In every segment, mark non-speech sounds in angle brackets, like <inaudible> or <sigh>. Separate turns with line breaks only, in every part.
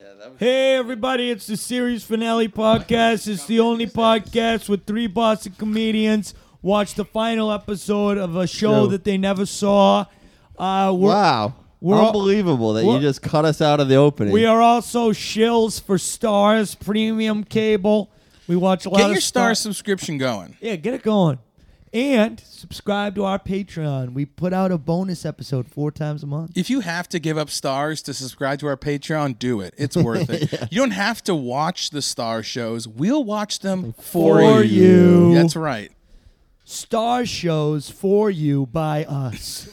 that was
Hey, everybody, it's the series finale podcast. It's the only podcast with three Boston comedians watch the final episode of a show
Show.
that they never saw. Uh, we're,
Wow.
we're all-
Unbelievable that
we're-
you just cut us out of the opening.
We are also shills for stars, premium cable. We watch a lot
Get
of
your
Star-
star subscription going.
yeah, get it going. And subscribe to our Patreon. We put out a bonus episode four times a month.
If you have to give up stars to subscribe to our Patreon, do it. It's
<laughs>
worth it. You don't have to watch the star shows. We'll watch them for,
For you.
That's right.
Star shows for you by us.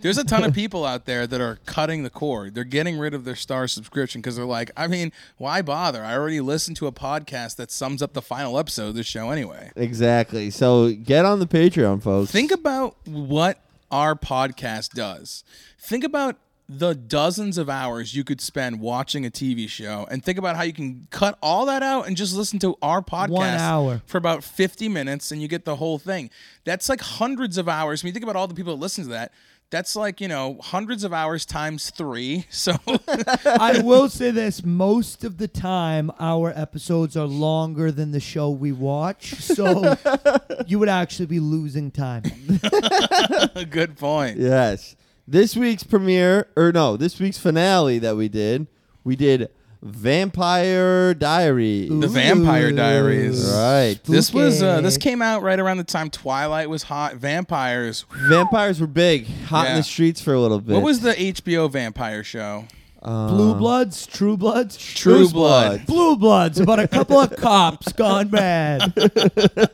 There's a ton of people out there that are cutting the cord. They're getting rid of their star subscription because they're like, I mean, why bother? I already listened to a podcast that sums up the final episode of this show anyway.
exactly. So get on the Patreon, folks.
Think about what our podcast does. Think about the dozens of hours you could spend watching a TV show and think about how you can cut all that out and just listen to our podcast
hour.
for about 50 minutes and you get the whole thing. That's like hundreds of hours. I mean, think about all the people that listen to that. That's like, you know, hundreds of hours times three. <laughs> So
I will say this: most of the time, our episodes are longer than the show we watch, so you would actually be losing time.
good point.
Yes. This week's premiere, or no, this week's finale that we did, we did Vampire Diary.
The Vampire Diaries.
Right.
This was uh, this
Spooky.
came out right around the time Twilight was hot. Vampires.
Vampires were big, hot in
Yeah.
the streets for a little bit.
What was the HBO vampire show?
Blue Bloods, True Bloods,
True
Bruce
Blood.
Blue Bloods about a couple of cops gone bad.
<laughs>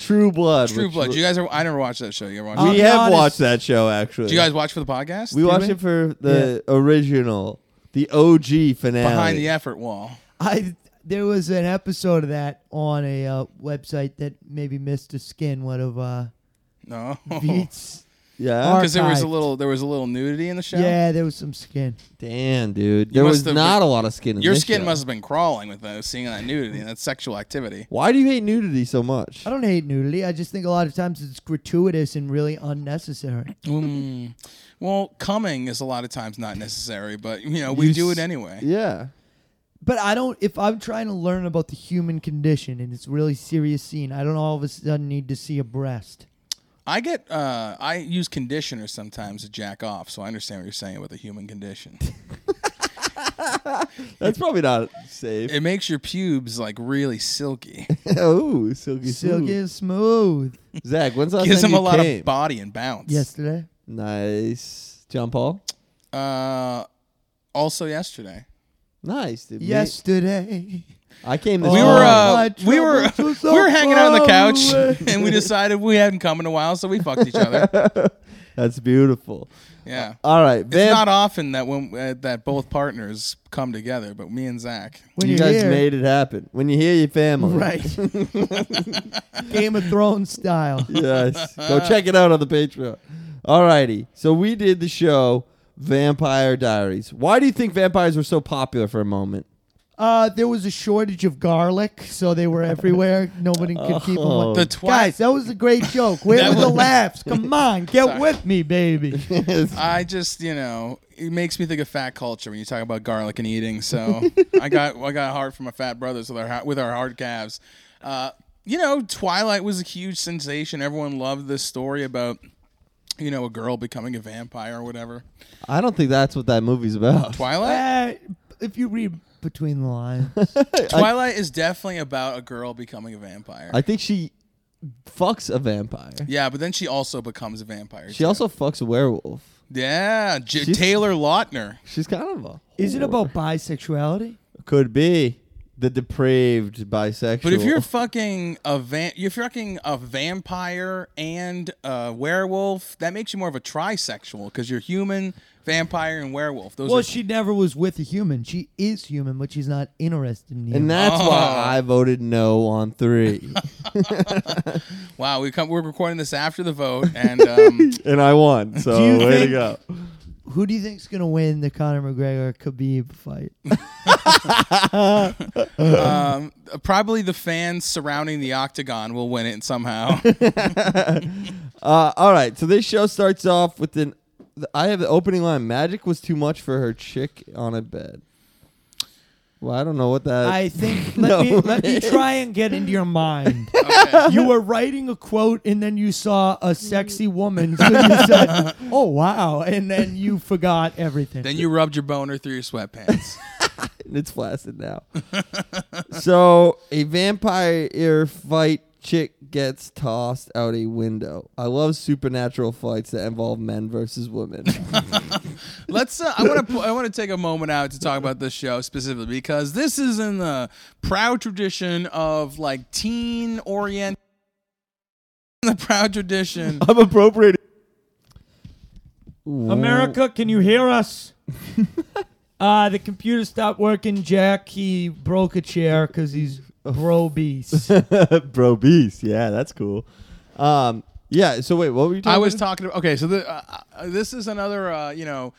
True Blood?
True
which
Blood.
was-
You guys are. I never watched that show. You ever watched?
I'll
we
be
it?
have
honest.
watched that show actually.
Do you guys watch for the podcast?
Uh, We watched it for the original, the OG finale.
Behind the Effort Wall.
I there was an episode of that on a uh, website that maybe Mr. Skin would have uh,
No.
beats.
yeah.
<laughs>
Our-
Because there was a
Archived.
little there was a little nudity in the show.
Yeah, there was some skin.
Damn, dude. There
must
was
have-
not a lot of skin in
Your
this
skin
show.
must have been crawling with that, seeing that nudity and that sexual activity.
Why do you hate nudity so much?
I don't hate nudity. I just think a lot of times it's gratuitous and really unnecessary.
Mm. Well, coming is a lot of times not necessary, but you know we
You
do
s-
it anyway.
Yeah.
But I don't. If I'm trying to learn about the human condition and it's a really serious scene, I don't all of a sudden need to see a breast.
I get uh, I use conditioner sometimes to jack off, so I understand what you're saying with the
<laughs>
human condition.
That's probably not safe.
it makes your pubes like really silky.
<laughs> oh, silky
Silk
smooth.
is smooth.
Zach, when's the last
Gives
time
them a
you
lot
came?
of body and bounce.
Yesterday,
nice. John Paul?
Uh, also yesterday.
Nice, dude. Me-
yesterday.
I came this
we
Oh,
were
my
uh, we were
troubles are so
<laughs> we were hanging out on the
far
couch
away.
<laughs> and we decided we hadn't come in a while, so we fucked
<laughs>
each other.
That's beautiful.
Yeah.
All right.
It's
Vamp-
not often that when uh, that both partners come together, but me and Zach.
When
you
you're
guys
here,
made it happen. When you hear your family.
right? Game of Thrones style.
<laughs> yes. Go check it out on the Patreon. All righty. So we did the show Vampire Diaries. Why do you think vampires were so popular for a moment?
Uh, there was a shortage of garlic, so they were everywhere. Nobody could keep them.
Oh.
The twi-
Guys, that was a great joke. Where
That
were the
was-
laughs? Come on, get
Sorry.
with me, baby.
I just, you know, it makes me think of fat culture when you talk about garlic and eating. So
<laughs>
I got I got hard from my fat brothers with our ha- with our hard calves. Uh, you know, Twilight was a huge sensation. Everyone loved this story about, you know, a girl becoming a vampire or whatever.
I don't think that's what that movie's about.
Twilight.
Uh, if you read between the
<laughs>
lines,
Twilight is definitely about a girl becoming a vampire.
I think she fucks a vampire.
yeah, but then she also becomes a vampire.
She
too.
also fucks a werewolf.
yeah, J-
She's-
Taylor Lautner.
She's kind of a.
is it
whore.
about bisexuality?
Could be the depraved bisexual.
But if you're fucking a van, you're fucking a vampire and a werewolf. That makes you more of a trisexual because you're human, vampire, and werewolf. Those
Well,
are
she never was with a human. She is human, but she's not interested in
and
humans.
that's
Oh.
why I voted no on three,
wow. We come. We're recording this after the vote, and um,
<laughs> and I won. So
Do you
way
think-
to go.
Who do you think's gonna win the Conor McGregor Khabib fight?
um, probably the fans surrounding the octagon will win it somehow.
Uh, all right, so this show starts off with an. I have the opening line. Magic was too much for her chick on a bed. Well, I don't know what that.
I
<laughs>
think let
No.
me let me try and get into your
<laughs>
mind. You were writing a quote and then you saw a sexy woman, so you
<laughs>
said, "Oh wow," and then you forgot everything.
Then you rubbed your boner through your sweatpants.
<laughs> it's flaccid now. so a vampire fight chick gets tossed out a window. I love supernatural fights that involve men versus women.
Let's. Uh, I want to. I want to take a moment out to talk about this show specifically because this is in the proud tradition of like teen orient. The proud tradition.
<laughs> I'm appropriating. <laughs>
America, can you hear
<laughs>
us? uh, the computer stopped working. Jack he broke a chair because he's bro
<laughs>
beast.
Bro beast. Yeah, that's cool. Um, yeah, so wait, what were you talking
<laughs> I <laughs> was
about?
talking about. Okay, so the, uh, uh, this is another. Uh, you know.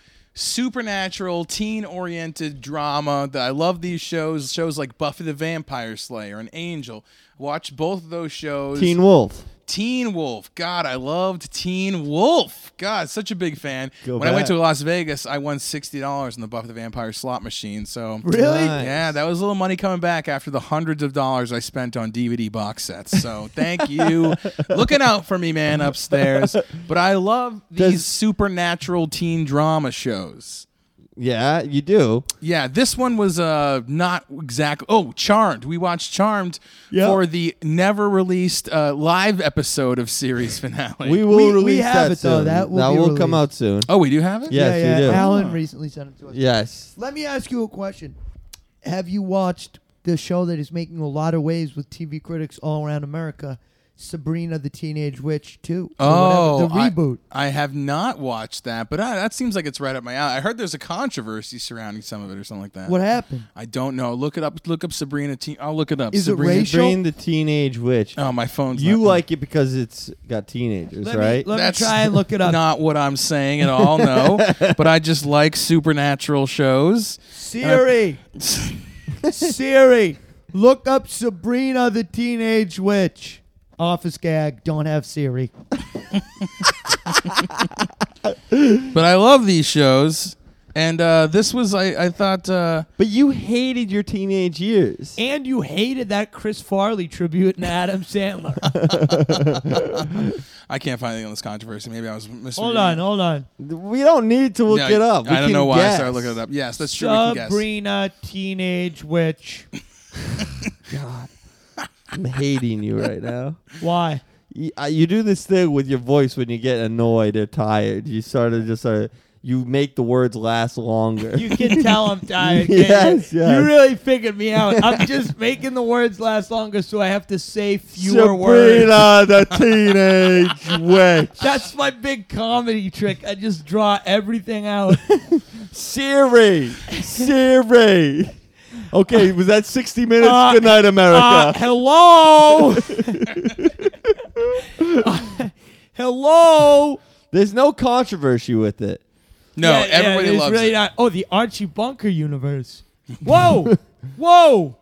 Supernatural, teen-oriented drama that I love these shows. Shows like Buffy the Vampire Slayer and Angel. Watch both of those shows.
Teen Wolf.
Teen Wolf. God, I loved Teen Wolf. God, such a big fan.
Go
when I went
back.
to Las Vegas, I won sixty dollars in the Buffy the Vampire slot machine. So
really?
Nice.
Yeah, that was a little money coming back after the hundreds of dollars I spent on DVD box sets. So
<laughs>
thank you. Looking out for me, man, upstairs. But I love these
Does-
supernatural teen drama shows.
Yeah, you do.
Yeah, this one was uh not exact. Oh, Charmed. We watched Charmed for the never released uh, live episode of series finale.
We will
We- we
release
have
that
it, though.
soon.
That will be
come
released.
out soon.
oh, we do have it.
Yes,
yeah,
you
yeah.
do.
Alan recently sent it to us.
Yes.
Let me ask you a question. Have you watched the show that is making a lot of waves with TV critics all around America, Sabrina the Teenage Witch 2? or
Oh,
whatever, the reboot.
I, I have not watched that, but I, that seems like it's right up my alley. I heard there's a controversy surrounding some of it or something like that.
what happened?
I don't know. Look it up. Look up Sabrina. Teen. I'll look it up.
Is it
Sabrina.
racial?
Bring the teenage witch.
Oh, my phone's
you
not-
like it because it's got teenagers,
Let
right?
me, let me
That's
try and look it up.
Not what I'm saying at
<laughs>
all. No, but I just like supernatural shows.
<laughs> Siri, Siri, look up Sabrina the Teenage Witch. Office gag, don't have Siri.
But I love these shows. And uh, this was, I, I thought, uh,
But you hated your teenage years.
And you hated that Chris Farley tribute and <laughs> Adam Sandler.
I can't find anything on this controversy. Maybe I was misreading.
hold on,
it.
hold on.
We don't need to look
Yeah,
it up. We
I don't
can
know why I
guess.
started looking it up. Yes, that's true. we can guess.
Sabrina Teenage Witch.
God, I'm hating you right now.
Why?
You, I- you do this thing with your voice when you get annoyed or tired. You sort of just sort of, you make the words last longer.
You <laughs>
<laughs>
can tell I'm tired. can't
Yes,
you?
yes.
You really figured me out. I'm just making the words last longer, so I have to say fewer
Sabrina
words.
the teenage
<laughs>
witch.
That's my big comedy trick. I just draw everything out.
Siri, Siri. Okay, was that 60 minutes?
Uh,
Good night,
Uh,
<laughs>
America.
oh.
hello. hello.
<laughs> There's no controversy with it.
No,
Yeah, yeah,
everybody
it's
loves
really
<laughs> it.
Not, oh, the Archie Bunker universe.
<laughs>
Whoa, whoa!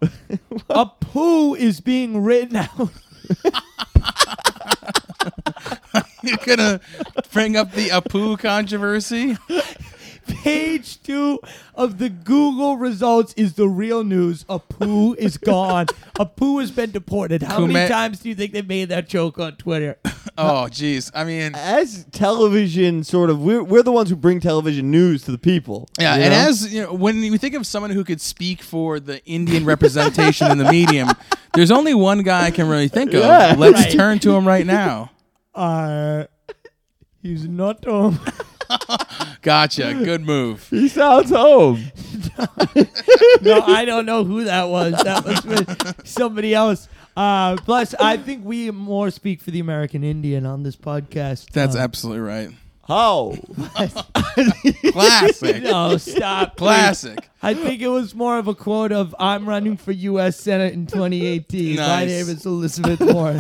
a poo is being written <laughs> out.
You're gonna bring up the Apu controversy.
Page two of the Google results is the real news. A poo is gone. A poo has been deported. How many
Kume-
times do you think they made that joke on Twitter?
Oh, jeez. I mean,
as television sort of we're, we're the ones who bring television news to the people
yeah.
you
And
know?
as you know, when you think of someone who could speak for the Indian representation in the medium, there's only one guy I can really think of.
Yeah.
Let's
Right.
turn to him right now.
Uh, he's not um, home.
Gotcha. Good move.
he sounds home
no, I don't know who that was. That was with somebody else. Uh, plus, I think we more speak for the American Indian on this podcast.
That's
Uh,
absolutely right.
how
<laughs>
Classic.
no, stop.
Classic.
I think it was more of a quote of "I'm running for U.S. Senate in 2018." My
Nice.
name is Elizabeth
<laughs>
Warren.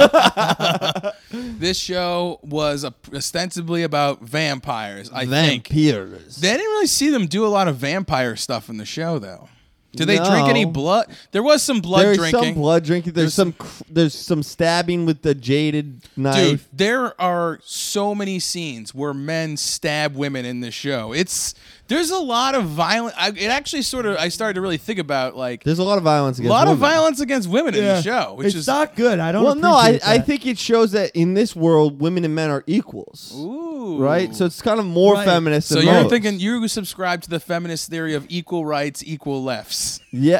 This show was a, ostensibly about vampires. I think
vampires
They didn't really see them do a lot of vampire stuff in the show, though. Did they drink any
No.
blood? There was some blood
there's
drinking.
some blood drinking there's,
There's-
some cr- there's some stabbing with the jaded
Dude,
knife
there are so many scenes where men stab women in this show. It's There's a lot of violence. It actually sort of I started to really think about like a
There's a lot of violence against
lot of
women.
violence against women in the
Yeah.
show, which
it's
is
not good. I don't.
Well, no, I,
appreciate
I
that.
think it shows that in this world, women and men are equals.
ooh
Right? So it's kind of more
Right.
feminist
So
than
you're
most.
thinking you subscribe to the feminist theory of equal rights, equal lefts. <laughs>
Yeah.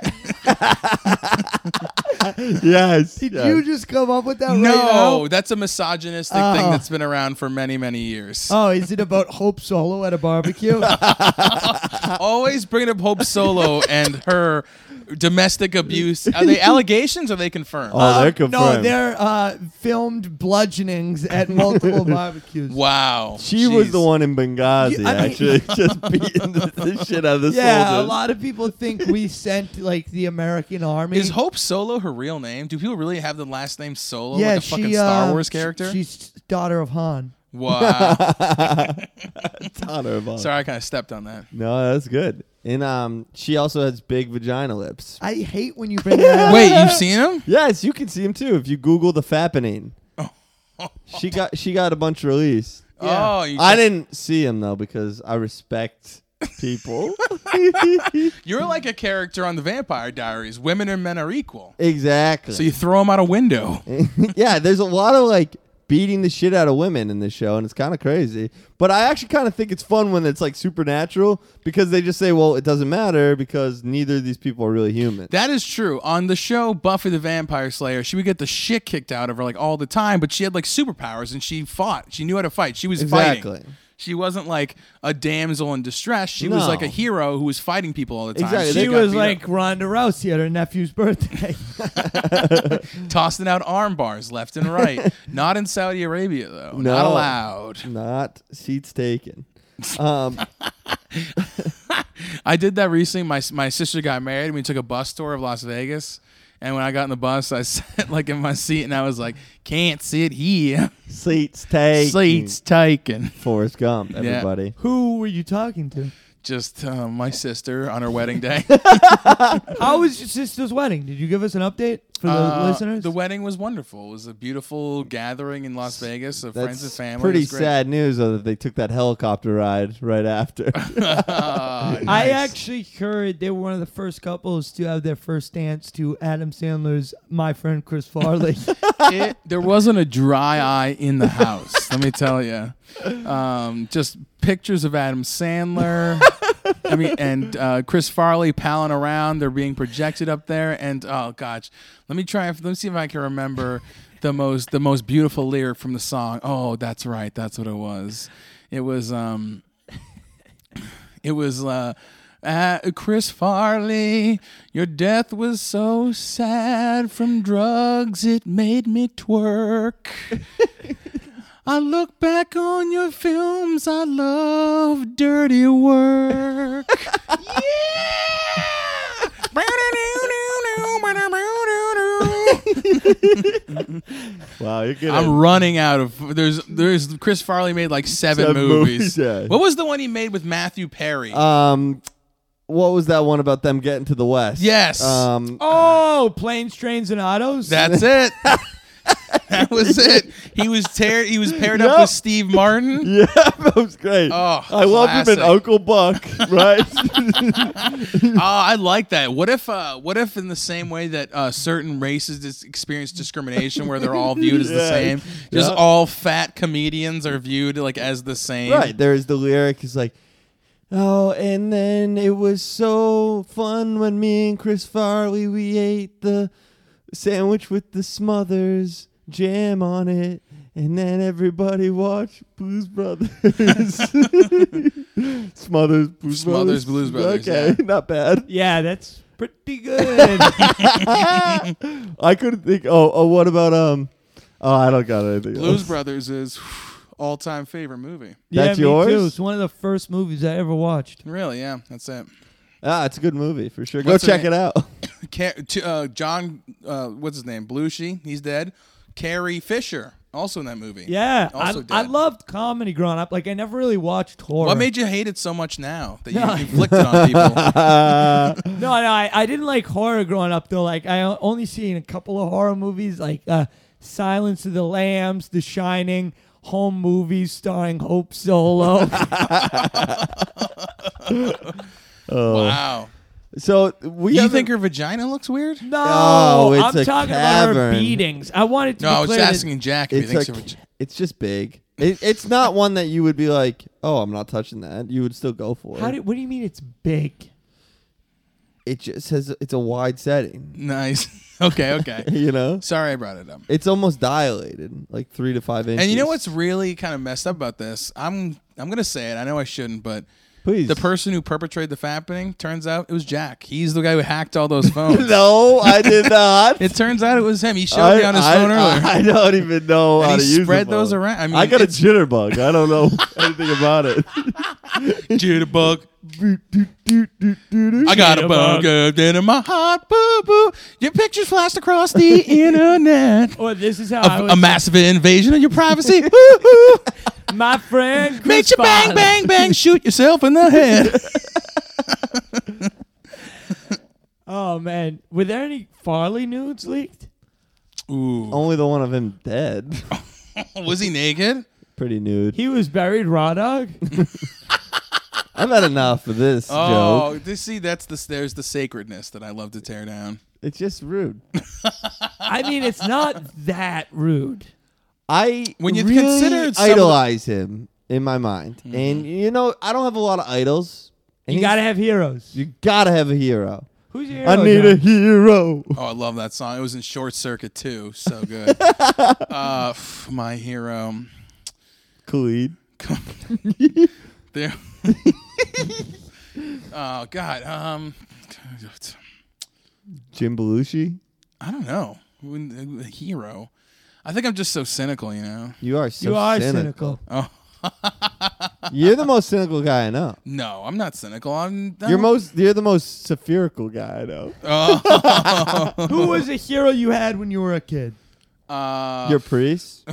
yes.
Did
yes.
you just come up with that? right
no,
now?
that's a misogynistic
Oh.
thing that's been around for many, many years.
Oh, is it about Hope Solo at a
<laughs>
barbecue?
Oh, Always bringing up
<laughs>
Hope Solo and her domestic abuse. Are they allegations or are they confirmed?
Uh,
Oh, they're confirmed.
no, they're uh, filmed bludgeonings at
<laughs>
multiple barbecues.
wow.
She was
Jeez.
the one in Benghazi,
You- I mean-
actually, <laughs> just beating the, the shit out of the
Yeah,
soldiers.
a lot of people think
<laughs>
we sent like the American Army.
Is Hope Solo her real name? Do people really have the last name Solo
yeah,
like a
she,
fucking Star
uh,
Wars
sh-
character?
She's daughter of Han. <laughs>
wow.
<laughs> Ton of them.
Sorry, I kind of stepped on that.
No, that's good. And um, she also has big vagina lips.
I hate when you
<laughs>
bring that up.
Wait, you've seen him?
Yes, you can see them too if you Google the fappening. she got she got a bunch released.
<laughs> Yeah.
Oh, you
I didn't see him though because I respect people. <laughs>
you're like a character on the Vampire Diaries. Women and men are equal.
exactly.
So you throw him out a window.
<laughs> yeah, there's a lot of like beating the shit out of women in this show, and it's kind of crazy. But I actually kind of think it's fun when it's like supernatural because they just say, well, it doesn't matter because neither of these people are really human.
That is true. On the show Buffy the Vampire Slayer, she would get the shit kicked out of her like all the time, but she had like superpowers and she fought. She knew how to fight. She was
Exactly.
fighting. She wasn't like a damsel in distress. She was
No.
like a hero who was fighting people all the time.
Exactly. They
She
got
was
beat
like Ronda Rousey at her nephew's
<laughs>
birthday.
up, tossing out arm bars left and
<laughs>
right. Not in Saudi Arabia though. Not
No.
allowed.
Not seats
<laughs>
taken. Um,
I did that recently. My my sister got married. and We took a bus tour of Las Vegas, and when I got in the bus, I <laughs> sat like in my seat, and I was like, "Can't sit here.
seats taken.
Seats taken."
Forrest Gump, everybody.
Who were you talking to?
Just uh, my sister on her wedding
<laughs>
day.
How was your sister's wedding? Did you give us an update for the
Uh,
listeners?
the wedding was wonderful. It was a beautiful gathering in Las Vegas of friends and
That's
family. It
pretty
was great.
sad news, though, that they took that helicopter ride right
<laughs>
after.
Ah,
I
nice.
actually heard they were one of the first couples to have their first dance to Adam Sandler's My Friend Chris
<laughs>
Farley.
it, there wasn't a dry eye in the house. let me tell you, um, just pictures of Adam Sandler. I mean, and uh, Chris Farley palling around. They're being projected up there, and oh gosh, let me try. Let me see if I can remember the most the most beautiful lyric from the song. Oh, that's right, that's what it was. It was um, it was uh, uh, Chris Farley. Your death was so sad from drugs, it made me twerk. <laughs> I look back on your films, I love dirty work.
<laughs>
yeah!
wow, you're good.
I'm running out of there's there's Chris Farley made like seven,
Seven movies,
movies.
yeah.
What was the one he made with Matthew Perry?
um, what was that one about them getting to the West?
Yes.
Um,
oh, <laughs> planes, trains, and autos.
That's it. <laughs> that was it. He was tear he was paired up
Yep.
with Steve Martin.
<laughs> Yeah, that was great.
Oh,
I love him
classic.
in Uncle
<laughs>
Buck, right?
Oh, I like that. What if uh what if in the same way that uh certain races dis- experience discrimination where they're all viewed as the
Yeah.
same, just
Yeah.
all fat comedians are viewed like as the same.
<laughs> right. There's the lyric is like, oh, and then it was so fun when me and Chris Farley we ate the sandwich with the Smothers jam on it, and then everybody watched Blues
<laughs>
Brothers. <laughs> Smothers, Blues
Smothers,
Brothers,
Blues Brothers,
Okay,
yeah.
not bad.
yeah, that's pretty good.
<laughs> I couldn't think. Oh, oh, what about um? Oh, I don't got anything.
Blues
else.
Brothers is all time favorite movie.
yeah,
That's
me Too.
yours?
It's one of the first movies I ever watched.
Really, yeah, that's it.
Ah, it's a good movie for sure. Go
What's her
check
name?
it out. <laughs>
Ca- t- uh, John, uh, what's his name? Belushi, he's dead. Carrie Fisher, also in that movie.
Yeah,
Also
I, I
dead.
loved comedy growing up. Like I never really watched horror.
What made you hate it so much now that you <laughs>
No.
inflict it
<laughs>
on people?
No, no, I, I didn't like horror growing up though. Like I o- only seen a couple of horror movies, like uh, Silence of the Lambs, The Shining. home movies starring Hope Solo.
Wow.
So we
You
haven't-
think her vagina looks weird?
no,
Oh, it's
I'm
a
talking about her
cavern.
beatings. I wanted to
No, I
be
was
clear that-
asking Jack if he
it's
thinks
like
her vagina.
it's just big. It, it's
<laughs>
not one that you would be like, oh, I'm not touching that. You would still go for
How
it.
do, what do you mean it's big?
it just has it's a wide setting. <laughs>
Nice. <laughs> okay, okay.
You know,
Sorry I brought it up.
it's almost dilated, like three to five inches.
And you know what's really kind of messed up about this? I'm I'm gonna say it. I know I shouldn't, but
Please,
the person who perpetrated the fappening turns out it was Jack. He's the guy who hacked all
<laughs>
those
<laughs>
phones.
no, I
<laughs>
did not.
It turns out it was him. He showed
I,
me on his
I-
phone earlier.
I, don't even know
And
how
he
to use the
spread those
phone.
around. I mean,
I got a
it's-
jitterbug. I don't
<laughs>
know <laughs> anything about it.
Jitterbug. I
I
got a bug up in my heart. Boo boo. Your pictures flashed across <laughs> the internet.
Or this is how I
A,
was.
a massive invasion of your <laughs> privacy.
my friend
Make
Chris
you bang,
Farley.
bang, bang, shoot yourself in the <laughs> head.
Oh man, were there any Farley nudes leaked?
Ooh.
<laughs> Only the one of him dead. <laughs>
Was he naked?
Pretty nude.
He was buried raw dog.
I've had enough of this
Oh,
joke.
this, see, that's the there's the sacredness that I love to tear down.
It's just rude.
I mean, it's not that rude.
I
When you
really
consider some of the- Mm-hmm.
idolize him in my mind, and you know I don't have a lot of idols. And
You
he's-
gotta have heroes.
you gotta have a hero.
Who's your hero?
I need a
John?
hero.
Oh, I love that song. It was in Short Circuit too, so <laughs> good. uh, pff, my hero.
Khalid.
<laughs> there. oh God. Um,
Jim Belushi.
I don't know. When- A hero. I think I'm just so cynical, you know.
You are so
You are
cynical. <laughs>
cynical.
You're the most cynical guy I
<laughs>
know.
No, I'm not cynical. I'm. I'm
You're most. You're the most spherical guy I know. <laughs>
Oh,
Who was a hero you had when you were a kid?
uh,
Your priest.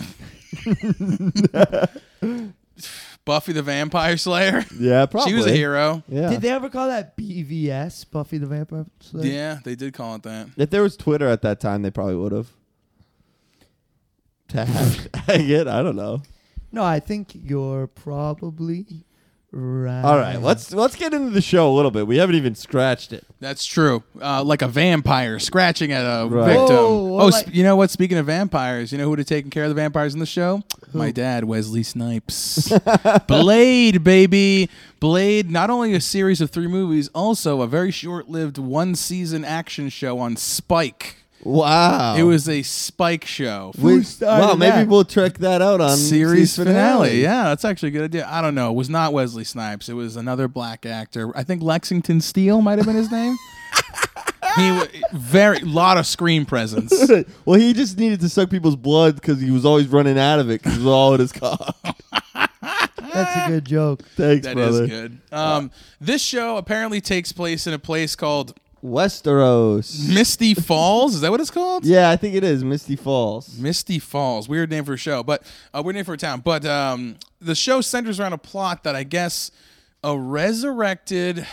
Buffy the Vampire Slayer. <laughs>
Yeah, probably.
She was a hero.
Yeah.
Did they ever call that BVS, Buffy the Vampire Slayer?
Yeah, they did call it that.
if there was Twitter at that time, they probably would have. <laughs> Tag it. I don't know.
No, I think you're probably right.
All right, let's let's get into the show a little bit. We haven't even scratched it.
That's true. Uh, like a vampire scratching at a
Right.
victim.
Whoa, well,
oh,
like-
sp- you know what? Speaking of vampires, you know who would have taken care of the vampires in the show? My dad,
<laughs>
Wesley Snipes. Blade, baby. Blade, not only a series of three movies, also a very short lived one season action show on Spike.
Wow.
It was a Spike show.
We,
started
wow, maybe
that?
we'll check that out on
series
season
finale. Yeah, that's actually a good idea. I don't know. It was not Wesley Snipes. It was another black actor. I think Lexington Steele might have been his <laughs> name. he wa- very lot of screen presence.
well, he just needed to suck people's blood because he was always running out of it because it was all in his
<laughs>
cock.
That's a good joke.
Thanks,
That is
brother.
good. Um, this show apparently takes place in a place called
Westeros.
Misty Falls. Is that what it's called?
Yeah, I think it is Misty Falls.
Misty Falls, weird name for a show, but uh, weird name for a town. But um, the show centers around a plot that I guess a resurrected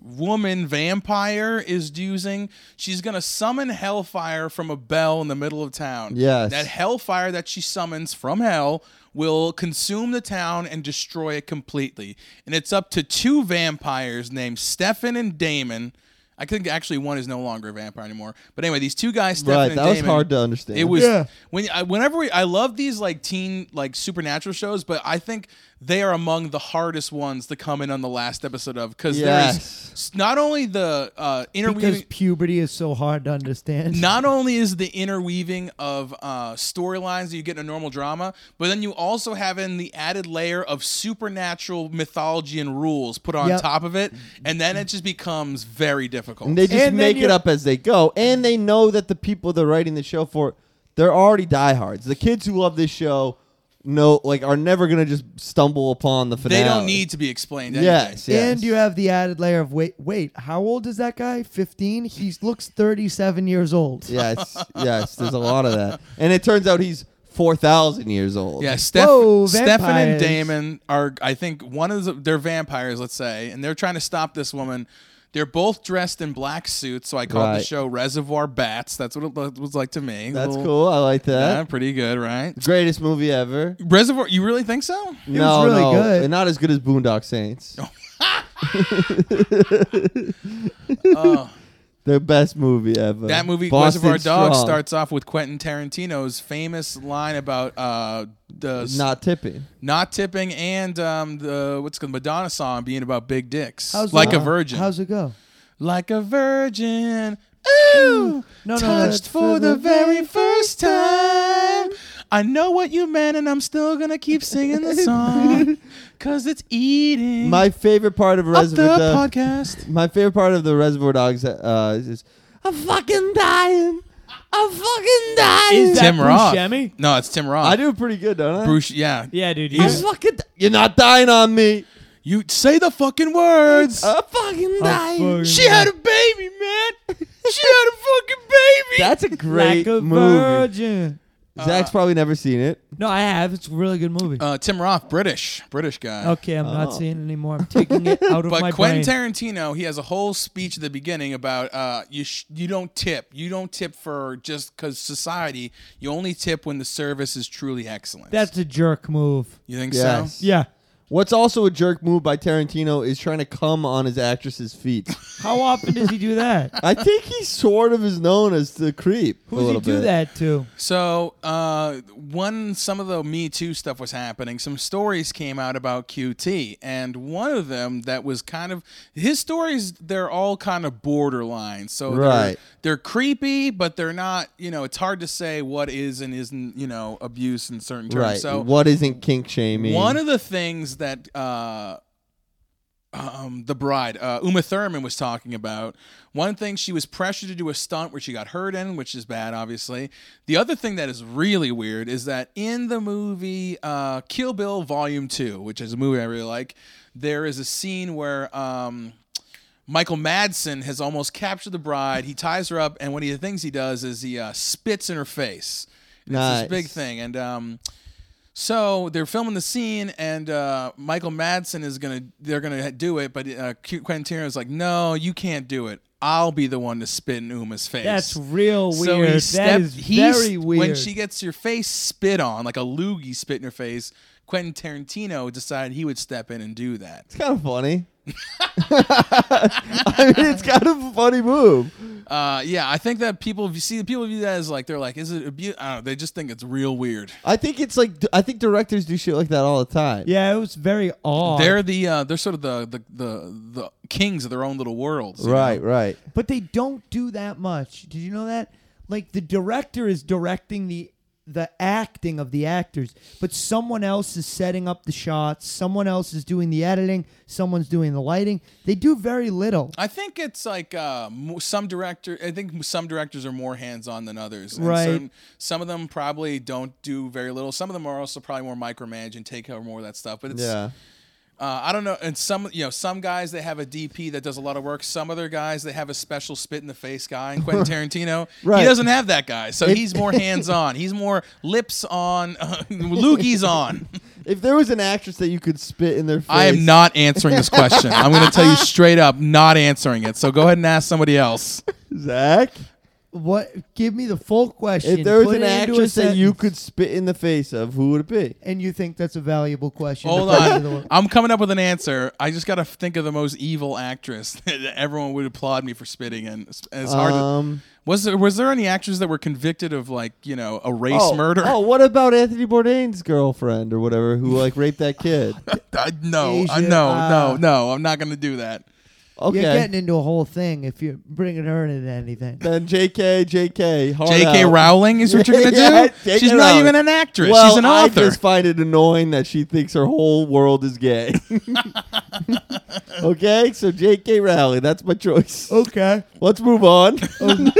woman vampire is using. She's gonna summon hellfire from a bell in the middle of town.
Yes.
that hellfire that she summons from hell will consume the town and destroy it completely. And it's up to two vampires named Stefan and Damon. I think actually one is no longer a vampire anymore. But anyway, these two guys, Stefan
Right,
and
that was
Damon,
hard to understand.
it was
Yeah.
when I, whenever we, I love these like teen like supernatural shows, but I think they are among the hardest ones to come in on the last episode of because
Yes.
there's not only the uh,
Because
interweaving.
puberty is so hard to understand.
Not only is the interweaving of uh, storylines that you get in a normal drama, but then you also have in the added layer of supernatural mythology and rules put on
Yep.
top of it, and then it just becomes very difficult.
And they just
And then
make it
you-
up as they go. And they know that the people they're writing the show for, they're already diehards. The kids who love this show know like are never gonna just stumble upon the finale.
They don't need to be explained. Anything.
Yes, yes.
And you have the added layer of wait, wait, how old is that guy? 15? He looks 37 years old.
<laughs> yes, yes. There's a lot of that, and it turns out he's four thousand years old.
Yeah, Steph,
Whoa,
Stefan and
vampires.
Damon are, I think, one of the, they're vampires, let's say, and they're trying to stop this woman. They're both dressed in black suits, so I called the
Right.
show Reservoir Bats. That's what it lo- was like to me.
That's
Little-
cool. I like that.
Yeah, pretty good, right?
Greatest movie ever.
Reservoir, you really think so?
no,
really
no,
good.
and not as good as Boondock Saints. <laughs>
<laughs> Oh,
The best movie ever.
that movie
Boston
Reservoir Dogs
Strong.
starts off with Quentin Tarantino's famous line about uh, the s-
not tipping.
not tipping and um, the what's the Madonna song being about big dicks,
How's
like
it-
a virgin,
How's it go?
like a virgin. Ooh,
No, no,
touched
that's
for the very first time. I know what you meant, and I'm still gonna keep singing
<laughs>
the song because it's eating
My favorite part of
up the
Reservoir Dogs.
podcast.
My favorite part of the Reservoir Dogs uh, is, I'm fucking dying. I'm fucking dying.
Is that
Tim
Bruce
Roth.
Buscemi?
No, it's Tim Roth.
I do pretty good, don't I?
Bruce, yeah.
Yeah, dude.
I'm
he's-
fucking. You're not dying on me.
You say the fucking words.
Oh,
I'm fucking dying.
fucking
she had a baby,
<laughs>
man. She had a fucking baby.
That's a
like
great
a
movie.
virgin.
Zach's probably never seen it.
No, I have. It's a really good movie.
uh, Tim Roth, British, British guy.
okay, I'm not
oh.
seeing it anymore. I'm taking
<laughs>
it out of
But
my
Quentin
brain.
Tarantino, he has a whole speech at the beginning about uh, you sh- you don't tip, you don't tip for just because society. You only tip when the service is truly excellent.
That's a jerk move.
you think
Yes.
so?
Yeah.
What's also a jerk move by Tarantino is trying to come on his actress's feet.
How often does he do
<laughs>
that?
I think he sort of is known as the creep. a
Who does he
little
do
bit.
that to?
So, uh, when some of the Me Too stuff was happening, some stories came out about QT, and one of them that was kind of his stories. They're all kind of borderline, so they're-
Right.
they're, creepy, but they're not. You know, it's hard to say what is and isn't. You know, abuse in certain terms.
Right.
So
what isn't kink shaming?
one of the things that uh, um, the bride, uh, Uma Thurman, was talking about, one thing she was pressured to do a stunt where she got hurt in, which is bad, obviously. The other thing that is really weird is that in the movie uh, Kill Bill Volume 2, which is a movie I really like, there is a scene where. Um, Michael Madsen has almost captured the bride. He ties her up, and one of the things he does is he uh, spits in her face. And It's this big
Nice.
thing, and um, so they're filming the scene, and uh, Michael Madsen is gonna they're gonna do it, but uh, Q- Quentin Tarantino's like, no, you can't do it. I'll be the one to spit in Uma's face.
That's real weird.
So he
that
stepped-
is
he
very
s-
weird.
When she gets your face spit on, like a loogie spit in your face, Quentin Tarantino decided he would step in and do that.
It's kind of funny. <laughs> I mean, it's kind of a funny move.
Uh, yeah, I think that people, if you see the people view that as like, they're like, is it abuse? I don't know. They just think it's real weird.
I think it's like I think directors do shit like that all the time.
yeah, it was very odd.
They're the uh, they're sort of the, the the the kings of their own little worlds. you know?
Right. Right.
but they don't do that much. Did you know that? Like the director is directing the the acting of the actors, but someone else is setting up the shots, someone else is doing the editing, someone's doing the lighting. They do very little.
I think it's like uh, mo- some director. I think some directors are more hands-on than others. And
Right.
certain- some of them probably don't do very little. Some of them are also probably more micromanage and take over more of that stuff. But it's
Yeah.
uh, I don't know. And some you know some guys they have a DP that does a lot of work. Some other guys they have a special spit in the face guy.
<laughs>
And Quentin Tarantino
Right.
he doesn't have that guy, so
<laughs>
he's more hands-on. He's more lips on, <laughs> uh, loogies
<laughs>
on.
If there was an actress that you could spit in their face,
I am not answering this question. I'm going to tell
<laughs>
you straight up, not answering it. So go ahead and ask somebody else.
Zach.
What? Give me the full question.
If there was
Put
an
it into a
actress that you
sentence,
could spit in the face of, who would it be?
and you think that's a valuable question.
Hold
to put into the
on.
world.
I'm coming up with an answer. I just got to think of the most evil actress <laughs> that everyone would applaud me for spitting in. It's it's hard. to,
Um,
was there was there any actors that were convicted of like you know a race
oh,
murder?
Oh, what about Anthony Bourdain's girlfriend or whatever who like raped that
<laughs>
kid?
<laughs> I, no, I,
Asia,
no, no,
uh,
no. I'm not going to do that.
<laughs> Okay.
You're getting into a whole thing if you're bringing her into anything.
then JK, JK, hard
J.K.
out.
Rowling is what you're going
Oh,
to
<laughs> Yeah,
do.
J.K.
She's not
Rowling.
even an actress.
Well,
She's an author.
I just find it annoying that she thinks her whole world is
<laughs>
gay. <laughs> okay, so J.K. Rowling, that's my choice. <laughs>
Oh.
Okay. Oh.
Let's move on.
<laughs>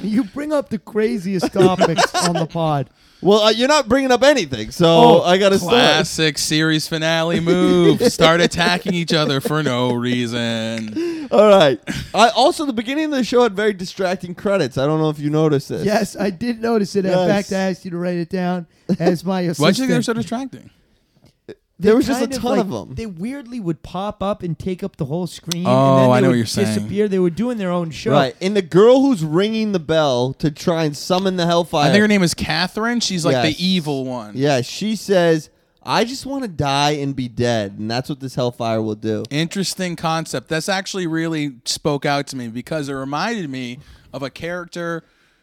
You bring up the craziest topics on the pod.
well, uh, you're not bringing up anything, so
Oh,
I got to start.
Classic series finale move. Start attacking each other for no reason.
<laughs> <laughs> All right. I, also, the beginning of the show had very distracting credits. I don't know if you noticed this.
Yes, I did notice it. In
Yes.
<laughs>
fact, I asked you to write it down as my assistant.
Why do you think they're so distracting?
There was just a
kind
ton
like-
of 'em.
They weirdly would pop up and take up the whole screen.
Oh,
and then they
I know
would
what you're saying.
disappear. They were doing their own show.
Right. And the girl who's ringing the bell to try and summon the hellfire.
I think her name is Catherine. She's like
Yes.
the evil one.
Yeah, she says, I just want to die and be dead. And that's what this hellfire will do.
Interesting concept. That's actually really spoke out to me because it reminded me of a character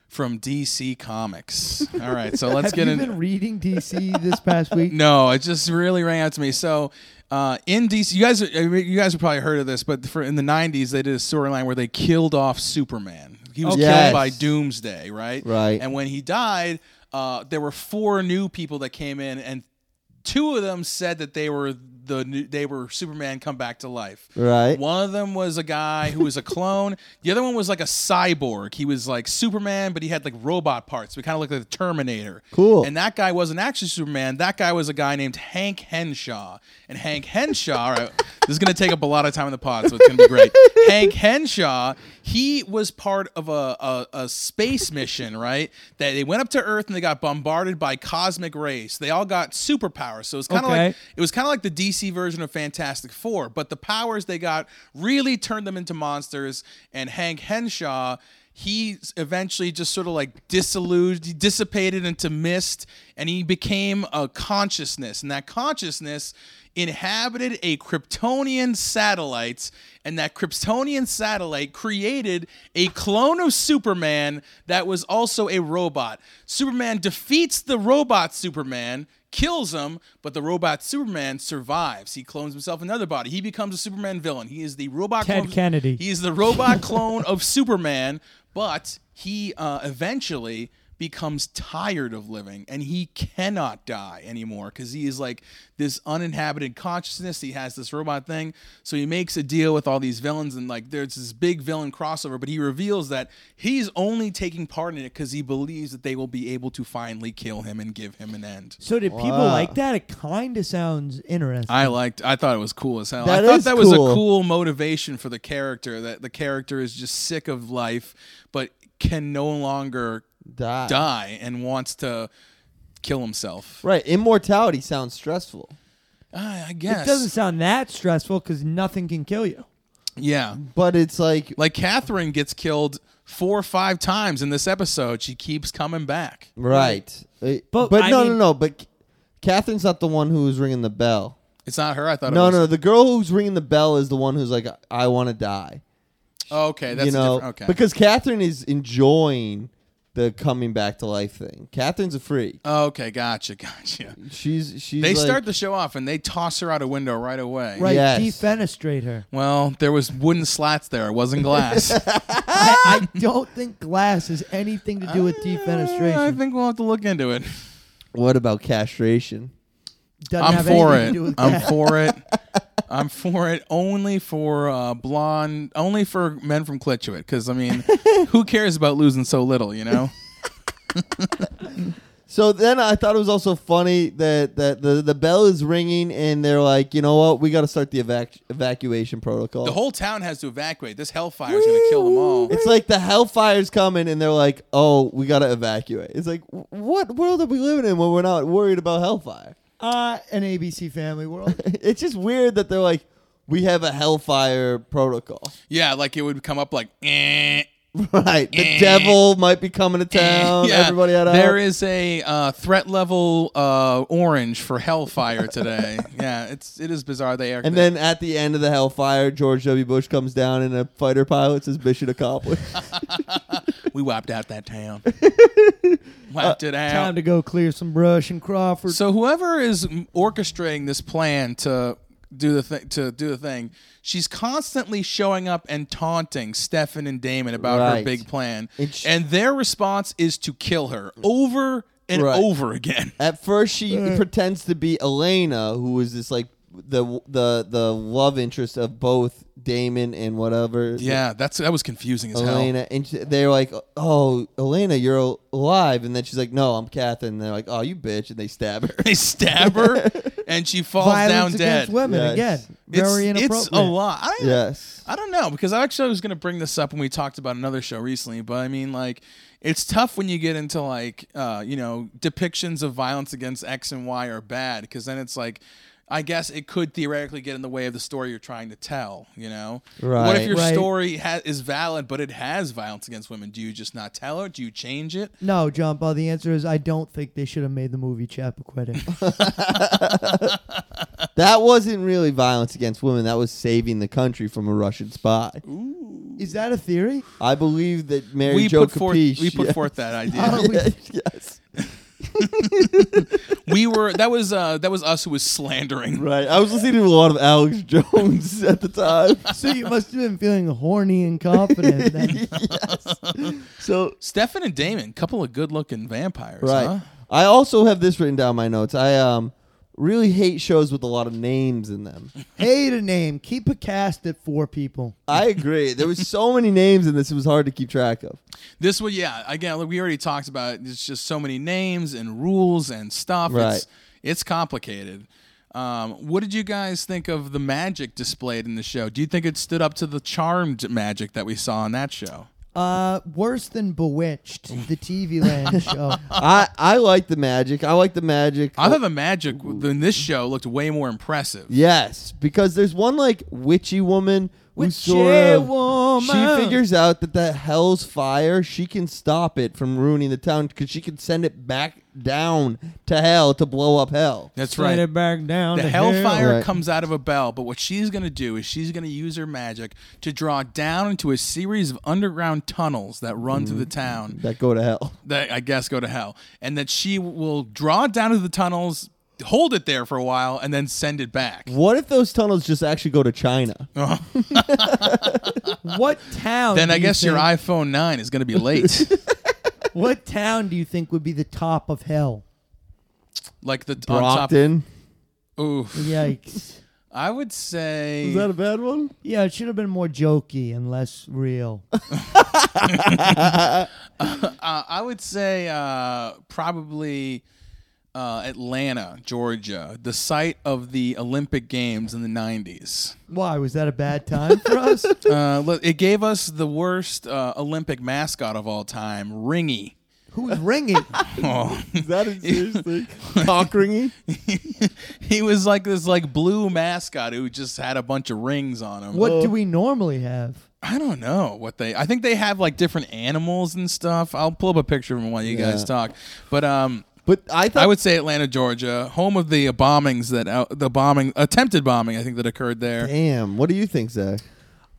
from DC Comics. All right, so let's
Have
get
you
in.
been reading DC this past week?
<laughs> No, it just really rang out to me. So uh, in DC, you guys, I mean, you guys have probably heard of this, but for in the '90s, they did a storyline where they killed off Superman. He was
Okay. Yes.
killed by Doomsday, right?
Right.
And when he died, uh, there were four new people that came in, and two of them said that they were the new, they were Superman come back to life.
Right.
One of them was a guy who was a clone. the other one was like a cyborg. He was like Superman, but he had like robot parts. We kind of looked like the Terminator.
Cool.
And that guy wasn't actually Superman. That guy was a guy named Hank Henshaw. And Hank Henshaw, all right, this is going to take up a lot of time in the pod, so it's going to be great. Hank Henshaw, he was part of a, a, a space mission, right? That they went up to Earth and they got bombarded by cosmic rays. They all got superpowers. So it's kind of
Okay.
like it was kind of like the DC version of Fantastic Four, but the powers they got really turned them into monsters. And Hank Henshaw, he eventually just sort of like disillusioned, he dissipated into mist, and he became a consciousness. And that consciousness inhabited a Kryptonian satellite, and that Kryptonian satellite created a clone of Superman that was also a robot. Superman defeats the robot Superman kills him, but the robot Superman survives. He clones himself in another body. He becomes a Superman villain. He is the robot
Ted
clone.
Kennedy.
He is the robot clone of Superman, but he uh, eventually becomes tired of living and he cannot die anymore because he is like this uninhabited consciousness he has this robot thing so he makes a deal with all these villains and like there's this big villain crossover but he reveals that he's only taking part in it because he believes that they will be able to finally kill him and give him an end
So did people
Wow.
like that? It kind of sounds interesting.
I liked. I thought it was cool as hell.
That
I thought
is
that was a
cool.
cool motivation for the character. That the character is just sick of life, but can no longer
Die.
die and wants to kill himself.
Right. Immortality sounds stressful.
I, I
it
guess.
doesn't sound that stressful because nothing can kill you.
yeah,
But it's like,
like Catherine gets killed four or five times in this episode. She keeps coming back.
right. Uh, But,
But I
no, no,
mean-
no. But C- Catherine's not the one who was ringing the bell.
It's not her. I thought. it
No,
was.
no. The girl who's ringing the bell is the one who's like, I, I want to die.
Oh, okay, that's
you know,
different. Okay.
because Catherine is enjoying the coming back to life thing. Catherine's a freak.
okay, gotcha, gotcha.
She's she's.
They
like-
start the show off and they toss her out a window right away.
Right?
Yes.
Defenestrate
<laughs>
her.
Well, there was wooden slats there. It wasn't glass.
<laughs>
I, I don't think glass has anything to do with
Eh, I
defenestration.
think we'll have to look into it.
What about castration?
Doesn't
I'm
have
for
anything to do
it.
with
I'm
glass. <laughs>
for it. I'm for it only for uh, blonde, only for men from Klitschwit. Because
<laughs>
I mean, who cares about losing so little? You know,
So then I thought it was also funny that, that the, the bell is ringing and they're like, you know what, we got to start the evac- evacuation protocol.
the whole town has to evacuate. This hellfire is going to kill them all.
it's like the hellfire's coming and they're like, oh, we got to evacuate. It's like, wh- what world are we living in when we're not worried about hellfire?
Uh, an ABC Family World.
<laughs> it's just weird that they're like, we have a hellfire protocol. <laughs>
Yeah, like it would come up like. Eh.
Right. The devil might be coming to town.
Yeah,
Everybody out.
There is a uh, threat level uh, orange for hellfire
<laughs>
today. yeah, it's it is bizarre. They are
And then at the end of the hellfire, George W. Bush comes down in a fighter pilot says mission
<laughs>
accomplished.
we wiped out
<laughs>
that town. wiped it out.
Time to go clear some brush and Crawford.
So whoever is orchestrating this plan to do the thing to do the thing, she's constantly showing up and taunting Stefan and Damon about
Right.
her big plan,
And sh-
and their response is to kill her over and
Right.
over again.
At first, she pretends to be Elena, who is this like the the the love interest of both Damon and whatever.
Yeah, that's that was confusing as hell.
Elena, and she- they're like, "Oh, Elena, you're al- alive!" And then she's like, "No, I'm Catherine." And they're like, "Oh, you bitch!" And they stab her.
<laughs> <laughs> They stab her, and she falls down
Violence
dead.
against women
Yes.
again.
It's,
Very inappropriate.
it's a lot. I don't,
yes,
I don't know because I actually was going to bring this up when we talked about another show recently, but I mean, like, it's tough when you get into like, uh, you know, depictions of violence against X and Y are bad because then it's like, I guess it could theoretically get in the way of the story you're trying to tell. You know, what
Right.
if your
Right.
story ha- is valid but it has violence against women? Do you just not tell it? Do you change it?
No, John Paul. The answer is I don't think they should have made the movie
<laughs>
Chappaquiddick.
That wasn't really violence against women. That was saving the country from a Russian spy.
is that a theory?
I believe that Mary
we
Jo
put forth
Capiche.
we put
yeah. <laughs>
forth that idea.
Oh. forth-
yes.
we were that was uh, that was us who was slandering.
Right. I was listening to a lot of Alex <laughs> Jones at the
<laughs>
time.
So you must have been feeling horny and confident. Then. <laughs>
So
Stefan and Damon, couple of good-looking vampires,
right.
Huh?
I also have this written down in my notes. I um really hate shows with a lot of names in them.
Hate a name. Keep a cast at four people.
I
<laughs>
agree. There was so many names in this; it was hard to keep track of.
This one, yeah. Again, look, we already talked about it. It's just so many names and rules and stuff.
Right.
It's, it's complicated. Um, what did you guys think of the magic displayed in the show? Do you think it stood up to the charmed magic that we saw in that show?
Uh, worse than Bewitched, the <laughs> TV Land show.
I I like the magic. I like the magic.
I thought the magic in this show looked way more impressive.
yes, because there's one like witchy woman who
Witchy
sort of
woman.
she figures out that the hell's fire she can stop it from ruining the town because she can send it back down to hell to blow up hell.
That's
Set
right.
it back down.
The
to
hellfire
Right.
comes out of a bell, but what she's going to do is she's going to use her magic to draw down into a series of underground tunnels that run through the
Mm-hmm.
town.
That go to hell.
that I guess go to hell, and that she will draw it down into the tunnels, hold it there for a while, and then send it back.
What if those tunnels just actually go to China?
hell. What town?
Then
do
I
you
guess your
think-
iPhone nine is going to
<laughs>
be late,
What town do you think would be the top of hell?
like the on
Brockton.
top. Oof.
Yikes.
I would say
a bad one?
<laughs> yeah, it should have been more jokey and less
<laughs>
real.
uh, I would say uh, probably uh, Atlanta, Georgia, the site of the Olympic Games in
<laughs>
the nineties.
Why was that a bad time for us?
<laughs> Uh, look, it gave us the worst uh, Olympic mascot of all time, Ringy.
Who was ringing?
Oh.
That is <laughs> seriously cock ringing.
<laughs> he was like this like blue mascot who just had a bunch of rings on him.
What do we normally have?
I don't know what they. I think they have like different animals and stuff. I'll pull up a picture of them while you guys
Yeah.
talk. But um,
But I thought
I would say Atlanta, Georgia, home of the bombings that uh, the bombing attempted bombing I think that occurred there.
Damn, what do you think, Zach?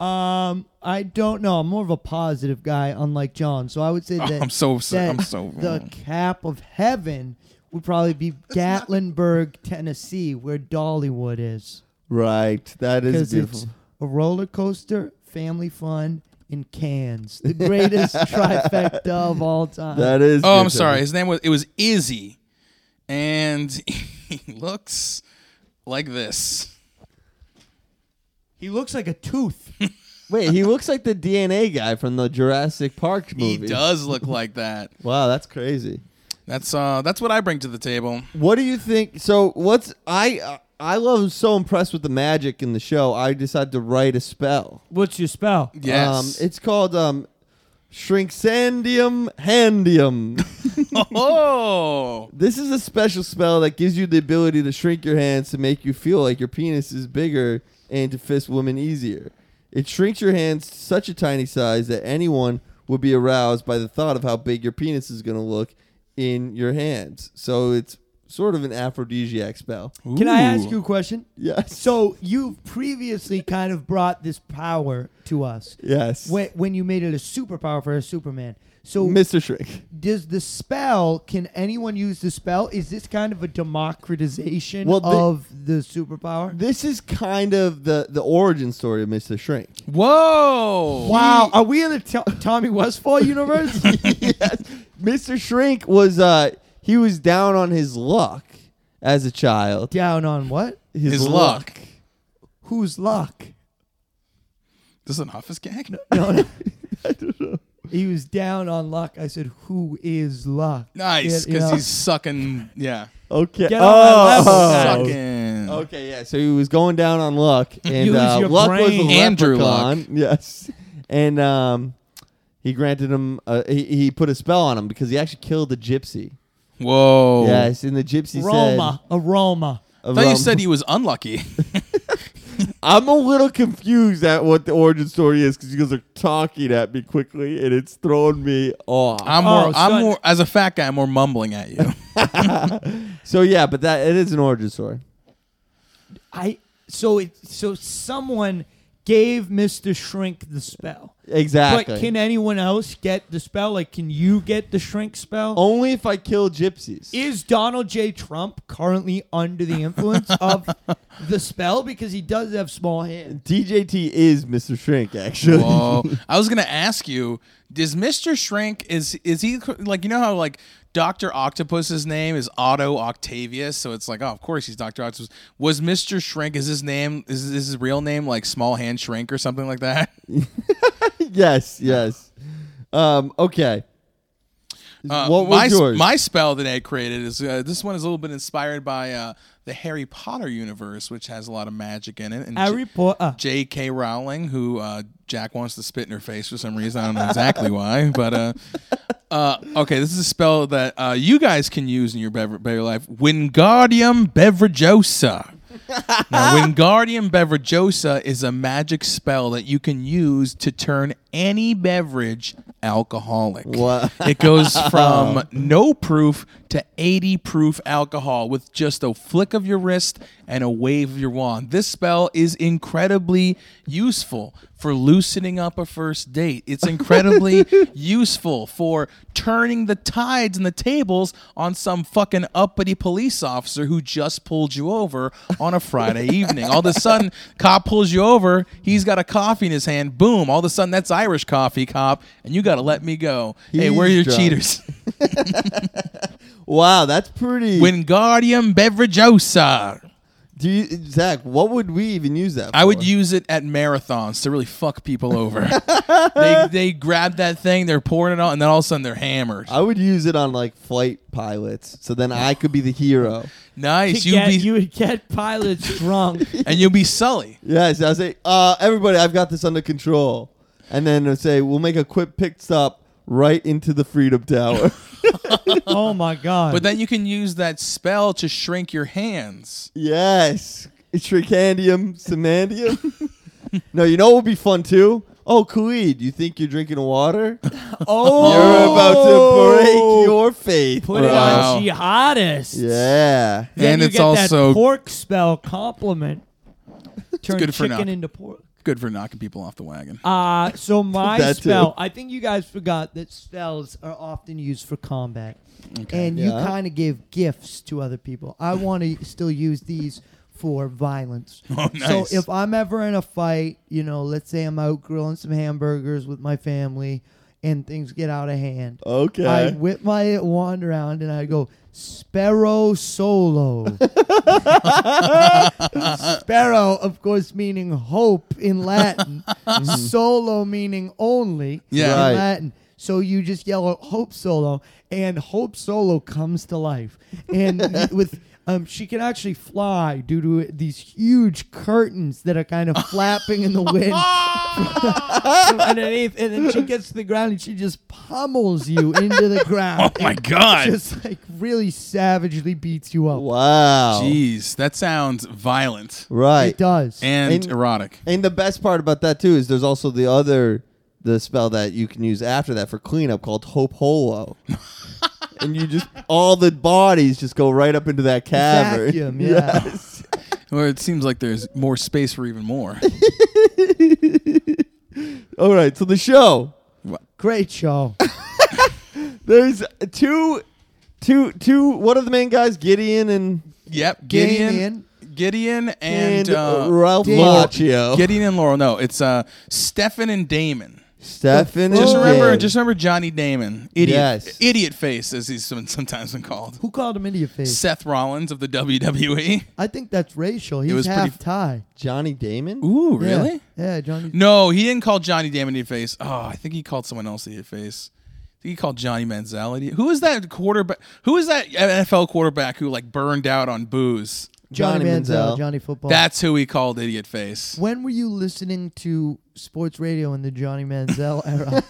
Um, I don't know. I'm more of a positive guy, unlike John. So I would
<laughs>
say that
I'm so upset.
that
I'm so
the
wrong.
cap of heaven would probably
<laughs>
be Gatlinburg, Tennessee, where Dollywood is,
Right, that is
because
beautiful.
it's a roller coaster, family fun, and cans. The
<laughs>
greatest trifecta of all time.
That is.
Oh, I'm
beautiful.
sorry. His name was it was Izzy, and <laughs> he looks like this.
he looks like a tooth.
Wait, he looks like the DNA guy from the Jurassic Park
He
movie.
does look like that.
Wow, that's crazy.
That's uh that's what I bring to the table.
What do you think? So, what's I I love so impressed with the magic in the show. I decided to write a spell.
What's your spell?
Yes.
Um, it's called um, Shrinksandium Handium.
<laughs> oh.
this is a special spell that gives you the ability to shrink your hands to make you feel like your penis is bigger and to fist women easier. It shrinks your hands to such a tiny size that anyone would be aroused by the thought of how big your penis is going to look in your hands. So it's sort of an aphrodisiac spell.
Can I ask you a question?
Yes.
So you previously kind of brought this power to us
Yes.
when, when you made it a superpower for a Superman. So
Mr. Shrink.
does the spell? Can anyone use the spell? Is this kind of a democratization
Well, the-
of the superpower?
This is kind of the the origin story of Mr. Shrink.
Whoa.
wow, are we in the to- Tommy Westfall universe?
yes. Mr. Shrink was uh he was down on his luck as a child.
Down on what?
His,
His luck.
Whose luck?
This is an office gag?
No, no. He was down on luck. I said, "Who is luck?"
<laughs> Nice,
Yeah, you
because
know.
he's sucking. Yeah.
Okay. Oh,
Get on that level,
okay.
Sucking.
Okay, yeah. So he was going down on
<laughs>
luck and
Use
uh,
your
luck was
brain.
a
Andrew
leprechaun. Yes. And um he granted him uh, he, he put a spell on him because he actually killed a gypsy.
Whoa.
Yes, and the gypsy
Roma, aroma.
Oh. I thought you
Um,
said he was unlucky.
I'm a little confused at what the origin story is because you guys are talking at me quickly and it's throwing me off.
I'm
Oh,
more.
son.
I'm more. As a fat guy, I'm more mumbling at you.
so yeah, but that it is an origin story.
I so it so someone gave Mister Shrink the spell.
Exactly.
But can anyone else get the spell? Like, can you get the shrink spell?
Only if I kill gypsies.
Is Donald J. Trump currently under the
<laughs>
influence of the spell because he does have small hands?
DJT is Mr. Shrink, actually.
Whoa. I was gonna ask you, does Mr. Shrink is is he like you know how like Doctor Octopus's name is Otto Octavius, so it's like oh of course he's Doctor Octopus. Was Mr. Shrink is his name is, is his real name like Small Hand Shrink or something like that?
<laughs> yes, yes. Um, okay.
Uh,
what was
my,
yours?
my spell that I created is uh, this one is a little bit inspired by uh, the Harry Potter universe, which has a lot of magic in it. And
Harry uh, Potter.
J.K. Rowling, who uh, Jack wants to spit in her face for some reason. I don't know exactly why, but uh, uh, okay, this is a spell that uh, you guys can use in your bev- better life. Wingardium Beverjosa. now, Wingardium Beverjosa is a magic spell that you can use to turn any beverage alcoholic.
Wow.
It goes from no proof to 80 proof alcohol with just a flick of your wrist and a wave of your wand. This spell is incredibly useful for loosening up a first date. It's incredibly useful for turning the tides and the tables on some fucking uppity police officer who just pulled you over on a Friday evening. All of a sudden, cop pulls you over. He's got a coffee in his hand. Boom. All of a sudden, that's Irish coffee, cop. And you got to let me go. hey, where are
He's
your
drunk.
cheaters?
Wow, that's pretty.
<laughs> Wingardium Beverjosa.
Do you, Zach, what would we even use that?
I would
for?
use it at marathons to really fuck people over. <laughs> they, they grab that thing, they're pouring it on, and then all of a sudden they're hammered.
I would use it on like flight pilots, so then I could be the hero.
Nice.
To
You'd
get-
be,
you would get pilots
<laughs>
drunk.
and you'll be Sully.
Yes, I say, uh, everybody, I've got this under control, and then I say we'll make a quick pit stop right into the
<laughs>
Freedom Tower.
oh my god!
But then you can use that spell to shrink your hands.
yes, Tricandium, Semandium. <laughs> no, you know what would be fun too. Oh, Khalid, you think you're drinking water?
oh,
You're about to break your faith.
put
bro.
it on
Wow.
jihadists.
Yeah.
Then
and
you
it's
get
also
that pork spell
<laughs>
compliment. Turn
good for
chicken
nothing.
into pork.
good for knocking people off the wagon.
Uh,
<laughs>
so my
That too.
spell, I think you guys forgot that spells are often used for combat. And you
Yeah.
kind of give gifts to other people.
<laughs>
I want to still use these for violence.
<laughs> Oh, nice.
So if I'm ever in a fight, you know, let's say I'm out grilling some hamburgers with my family and things get out of hand.
Okay.
I whip my wand around and I go, Sparrow Solo. <laughs> Sparrow, of course, meaning hope in Latin. solo meaning only
Yeah.
in
Mm-hmm. Right.
Latin. So you just yell hope solo, and hope solo comes to life.
<laughs>
And with um, she can actually fly due to these huge curtains that are kind of flapping in the
<laughs>
wind from underneath, and then she gets to the ground and she just pummels you into the ground.
<laughs> Oh my
And
God.
<laughs> Just like really savagely beats you up.
Wow.
Jeez, that sounds violent
Right.
It does.
and
And-
erotic.
And the best part about that too is there's also the other the spell that you can use after that for cleanup called Hope
<laughs>
Holo. and you just all the bodies just go right up into that cavern.
Vacuum, yeah.
Yes.
Well, it seems like there's more space for even more.
<laughs> All right, so the show.
<laughs> Great show.
There's two two two one of the main guys, Gideon and
yep, Gideon,
Gideon.
Gideon, and, uh,
Ralph
Dan.
Macchio.
Gideon and Laurel. No, it's uh, Stefan and Damon.
Stefan
Just
and
remember,
Dan.
just remember Johnny Damon, idiot,
Oh, Yes.
idiot face, as he's some- sometimes been called.
Who called him into your face?
Seth Rollins of the E. WWE.
I think that's racial. He's
was pretty
half
f-
Thai.
Johnny Damon?
Ooh,
Yeah.
really?
Yeah, Johnny.
No, he didn't call Johnny Damon idiot face. Oh, I think he called someone else idiot face. I think he called Johnny Manziel idiot. Who is that quarterback? Who is that NFL quarterback who like burned out on booze?
Johnny,
Johnny
Manziel,
Manziel.
Johnny Football.
That's who he called idiot face.
when were you
<laughs>
listening to sports radio in the Johnny Manziel era?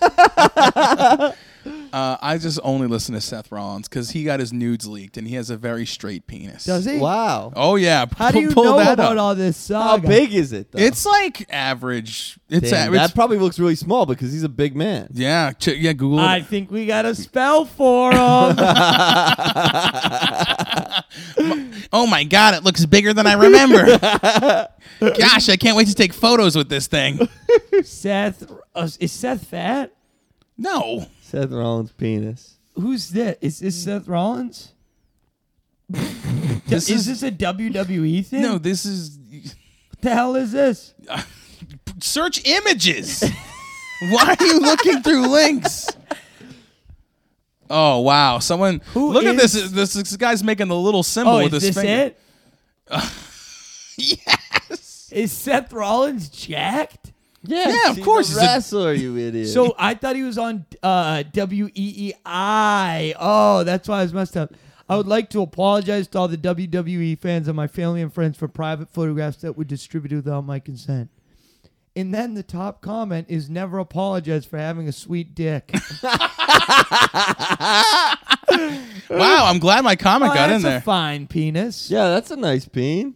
Uh, I just only listen to Seth Rollins because he got his nudes leaked and he has a very straight penis.
Does he?
Wow.
Oh yeah.
How do
P-
you
pull
know
that
about
up.
all this
How
saga?
big is it though?
It's like average. It's
Damn,
average.
that probably looks really small because he's a big man.
yeah. Ch- yeah. Google.
I
it.
think we got a spell for
<laughs>
him.
Oh my god, it looks bigger than I remember.
<laughs>
Gosh, I can't wait to take photos with this thing.
Seth uh, is Seth fat?
No.
Seth Rollins' penis.
Who's that? Is this Seth Rollins? is,
This is
this a WWE thing?
no. This is
What the hell is this?
search images. Why are you looking through links? Oh wow! Someone
Who
look at
is-
this. This, this guy's making the little symbol
Oh,
with
is
his
this
finger.
it? yes. Is Seth Rollins jacked?
Yeah,
Yeah, of course
He's
he's
a
a-
wrestler,
<laughs>
you idiot.
So I thought he was on uh, WEEI. Oh, that's why I was messed up. I would like to apologize to all the WWE fans and my family and friends for private photographs that were distributed without my consent. And then the top comment is never apologize for having a sweet
<laughs>
dick.
Wow! I'm glad my comment
Oh,
got
that's
in
a
there.
fine penis.
yeah, that's a nice peen.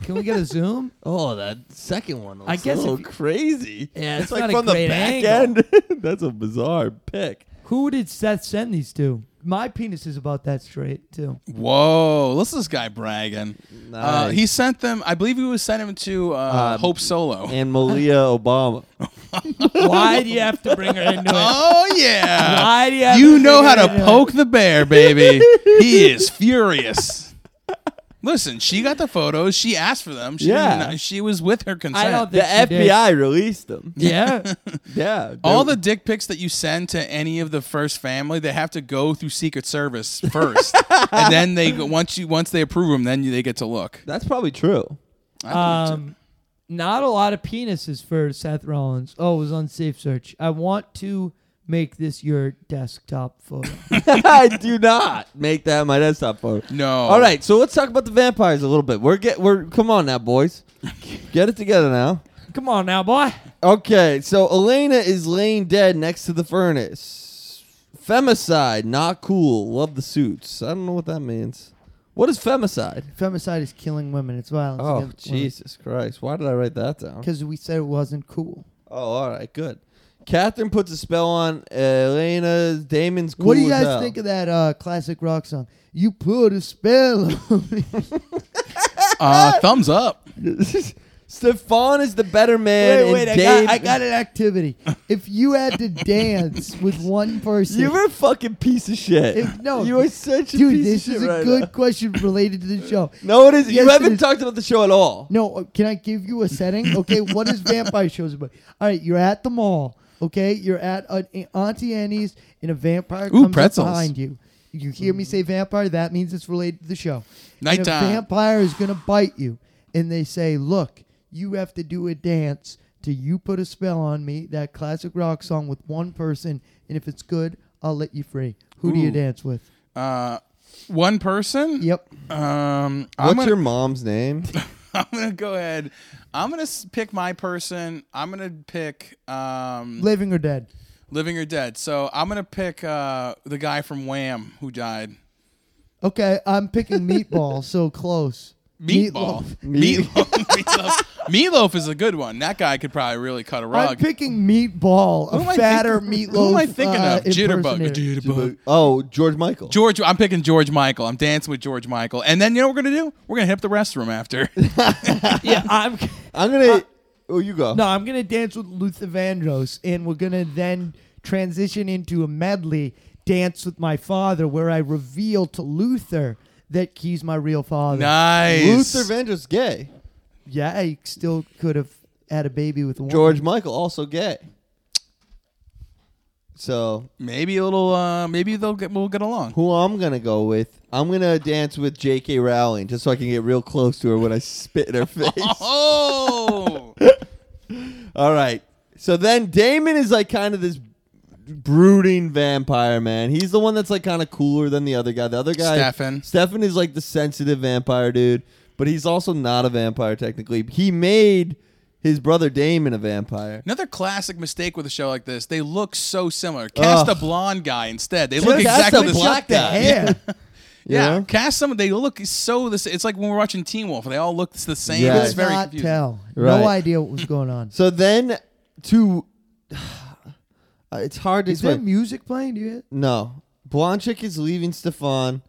Can we get a
<laughs>
zoom?
Oh, that second one looks
I guess
a little
if you-
crazy.
Yeah,
it's,
it's
like
not a
from the
great
back
angle.
end. <laughs> that's a bizarre pick.
Who did Seth send these to? My penis is about that straight
<laughs>
too.
Whoa! Listen, to this guy bragging. Uh,
Nice.
he sent them. I believe he was sending them to uh,
Um,
Hope Solo.
and <laughs> Malia Obama.
Why do you have to bring her into it?
oh
<laughs>
yeah!
Why do you? Have
You
to
know
bring
how
her
to
into
poke the bear, baby.
<laughs>
he is furious. Listen, she got the photos. She asked for them. She
Yeah.
didn't- she was with her consent.
I don't
The
think she did.
FBI released them.
It?
<laughs>
Yeah.
Yeah,
All
they're-
the dick pics that you send to any of the first family, they have to go through Secret Service
<laughs>
first, and then they go- once you once they approve them, then you, they get to look.
that's probably <laughs> true.
I believe it.
Um, not a lot of penises for Seth Rollins. Oh, it was on Safe Search. I want to make this your desktop photo.
I do not make that my desktop photo.
no.
All right, so let's talk about the vampires a little bit. We're get we're come on now, <laughs> boys, get it together now.
<laughs> Come on now, boy.
Okay, so Elena is laying dead next to the furnace. Femicide, not cool. Love the suits. I don't know what that means. What is femicide?
Femicide is killing women. It's violence.
Oh, Jesus Christ! Why did I write that down?
Because we said it wasn't cool.
Oh, all right, good. Catherine puts a spell on Elena. Damon's cool.
what do you
as
guys
hell.
think of that uh, classic rock song? You put a spell on me. <laughs>
Uh, thumbs up.
Stefan is the better man.
wait, wait, I
and
got,
Dave-
I got an activity. If you had to dance with one person,
<laughs> You were a fucking piece of shit.
If- no,
you are such a
dude,
piece
this
of
is
shit
a
right
good
now.
question related to the show.
No, it is.
Yes,
you
it
haven't
is.
talked about the show at all.
No, uh, can I give you a setting? Okay, what is vampire shows about? All right, you're at the mall. Okay, you're at an Auntie Annie's, and a vampire comes up
pretzels.
behind you. You hear me say vampire? That means it's related to the show. And
Nighttime.
a vampire is gonna bite you, and they say, "Look, you have to do a dance to you put a spell on me." That classic rock song with one person, and if it's good, I'll let you free. Who do you
Ooh.
dance with?
Uh, one person.
Yep.
Um,
What's
I'm gonna,
your mom's name?
<laughs> I'm gonna go ahead. I'm gonna s- pick my person. I'm gonna pick um,
Living or dead?
living or dead. So I'm gonna pick uh, the guy from Wham who died.
Okay, I'm picking
<laughs>
meatball, so close.
Meatball.
Meatloaf.
Meatloaf. Meatloaf. Meatloaf is a good one. That guy could probably really cut a
I'm
rug.
picking meatball,
Who am
a
I
fatter
thinking-
meatloaf.
Who am I thinking
uh,
of? Jitterbug.
impersonator.
Jitterbug.
oh, George Michael.
George, I'm picking George Michael. I'm dancing with George Michael. And then you know what we're gonna do? We're gonna hit up the restroom after.
<laughs>
<laughs>
yeah, I'm.
I'm gonna. oh, you go.
<laughs> No, I'm gonna dance with Luther Vandross, and we're gonna then transition into a medley dance with my father, where I reveal to Luther that he's my real father.
nice.
Luther Vandross gay.
Yeah, I still could have had a baby with a woman. <laughs>
George Michael also gay. So
maybe a little. Uh, maybe they'll get. We'll get along.
who I'm gonna go with? I'm gonna dance with J.K. Rowling just so I can get real close to her when I spit
<laughs>
in her face.
Oh.
All right. So then Damon is like kind of this brooding vampire man. He's the one that's like kind of cooler than the other guy. The other guy,
Stefan.
Stefan is like the sensitive vampire dude, but he's also not a vampire technically. He made his brother Damon a vampire.
<laughs> Another classic mistake with a show like this, they look so similar. Cast a blonde guy instead. They look
Just
cast
exactly
a
the
black
same.
The hair.
you
Yeah,
know?
cast someone. They look so the same. It's like when we're watching Teen Wolf. They all look the same.
Yeah.
It's
Could
very
not
confusing.
tell.
Right.
No idea what was going
<laughs>
on.
So then to <sighs> Uh, it's hard to
Is there
explain.
music playing? Do you hear?
No. Blonchik is leaving Stefan.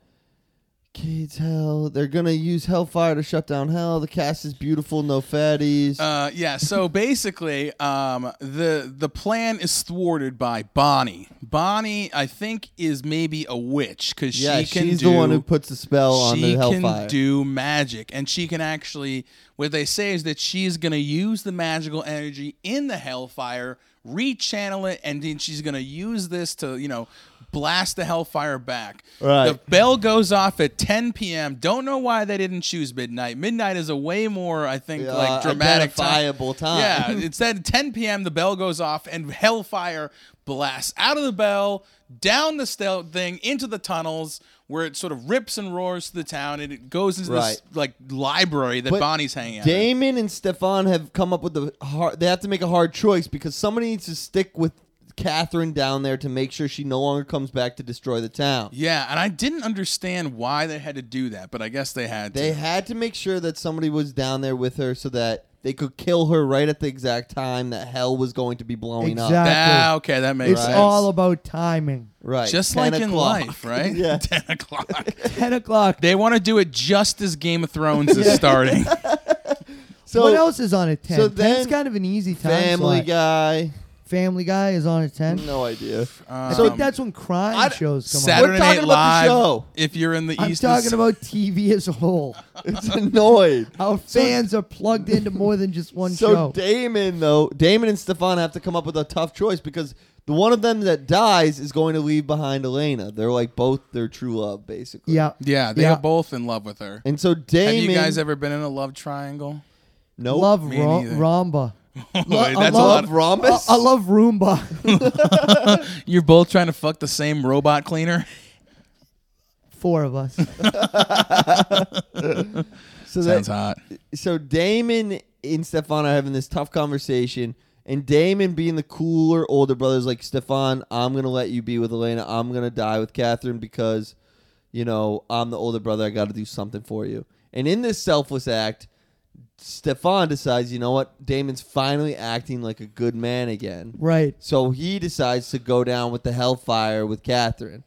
Kate's hell. They're gonna use Hellfire to shut down hell. The cast is beautiful, no fatties.
Uh, yeah.
<laughs>
So basically, um, the the plan is thwarted by Bonnie. Bonnie, I think, is maybe a witch because
yeah,
she can
she's
do,
the one who puts the spell on
she
the Hellfire.
can do magic, and she can actually. What they say is that she's going to use the magical energy in the Hellfire, rechannel it, and then she's going to use this to you know blast the Hellfire back.
Right.
The bell goes off at 10 p.m. Don't know why they didn't choose midnight. Midnight is a way more, I think,
Uh,
like dramatic, time.
identifiable time.
Yeah, instead 10 p.m. the bell goes off and hellfire blasts out of the bell down the stealth thing into the tunnels where it sort of rips and roars to the town and it goes into
Right.
this like library that
But
Bonnie's hanging out. in.
Damon and Stefan have come up with the hard. They have to make a hard choice because somebody needs to stick with Catherine down there to make sure she no longer comes back to destroy the town.
Yeah, and I didn't understand why they had to do that, but I guess they had
They
to.
had to make sure that somebody was down there with her so that they could kill her right at the exact time that hell was going to be blowing up.
Exact-
Ah, okay, that makes
It's
sense.
all about
<laughs>
timing.
Right.
just
10
like in
o'clock.
life, right?
<laughs>
<laughs>
yeah.
10 o'clock.
Ten o'clock.
they want to do it just as Game of Thrones is
<laughs>
starting.
So
what else is on at ten?
so
Ten's
then
kind of an easy time
Family
slot.
Guy.
Family Guy is on at ten.
No idea.
I
Um,
think that's when crime
I-
shows come
Saturday
We're
Night
talking about the
Live.
show.
If you're in the
on. I'm
East,
talking about TV as a whole.
<laughs> It's
<laughs>
annoyed.
Our fans are plugged into more than just one
so
show.
Damon though, Damon and Stefan have to come up with a tough choice because the one of them that dies is going to leave behind Elena. They're like both their true love, basically.
yeah.
Yeah, they
Yeah.
are both in love with her.
And so Damon,
Have you guys ever been in a love triangle? <laughs>
nope.
love
me
ro-
neither. <laughs>
Romba.
That's
I
a lot.
love rhombus?
I, I love Roomba. <laughs>
You're both trying to fuck the same robot cleaner.
Four of us.
so that,
Sounds hot.
so Damon and Stefan are having this tough conversation, and Damon being the cooler older brother is like, Stefan, I'm gonna let you be with Elena. I'm gonna die with Catherine because, you know, I'm the older brother. I got to do something for you. And in this selfless act, Stefan decides, you know what? Damon's finally acting like a good man again.
right.
So he decides to go down with the Hellfire with Catherine,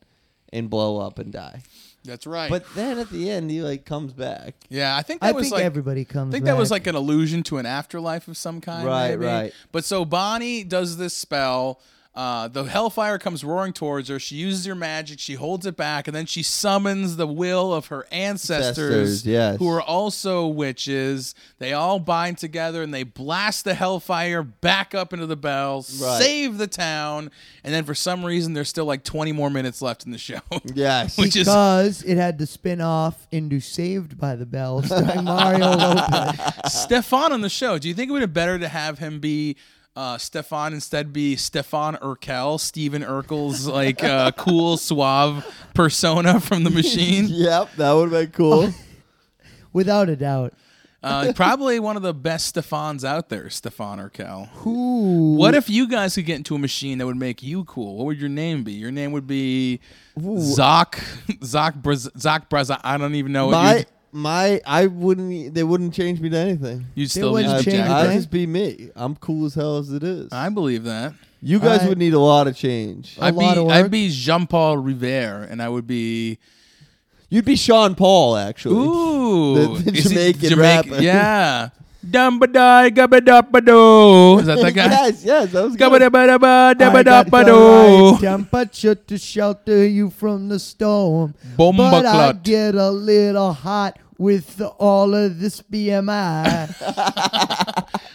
and blow up and die.
That's right.
But then at the end, he like comes back.
yeah, I think that
I
was
think
like
everybody comes
I think
back.
that was like an allusion to an afterlife of some kind.
Right,
maybe.
right.
But so Bonnie does this spell. Uh, the hellfire comes roaring towards her. She uses her magic. She holds it back, and then she summons the will of her ancestors,
Ancestors, yes.
who are also witches. They all bind together and they blast the hellfire back up into the bells,
Right.
save the town. And then for some reason, there's still like 20 more minutes left in the show. <laughs>
Yes.
Which is
because it had to spin off into Saved by the Bell starring
<laughs>
Mario Lopez.
Stefan on the show. Do you think it would have been better to have him be uh, Stefan instead be Stefan Urkel, Steven Urkel's
<laughs>
like uh, cool, suave persona from the
<laughs>
<laughs> machine?
Yep, that would have been cool.
Without a doubt.
Uh, probably one of the best Stefans out there, Stefan Urkel.
Ooh.
What if you guys could get into a machine that would make you cool? What would your name be? Your name would be Zoc Zoc Braz- Zoc Braza. I don't even know.
My
you'd,
my I wouldn't e- they wouldn't change me to anything.
you'd still be
wouldn't
just
change
Jack
a
Bra-
I'd
thing.
just be me. I'm cool as hell as it is.
I believe that.
you guys
I-
would need a lot of change.
I'd be,
lot of
I'd
work.
be Jean Paul Rivere, and I would be
You'd be Sean Paul actually.
Ooh,
The- the
Is he
Jamaican
Jamaic-
rapper. <laughs>
Yeah. Dumbadai gabadabado. Is that
<laughs>
that guy?
yes, yes, that was good.
<laughs> Gabadabadaba
I got the right
dabadabado.
temperature to shelter you from the storm.
Bomba
but I
clot.
get a little hot with all of this <laughs> BMI.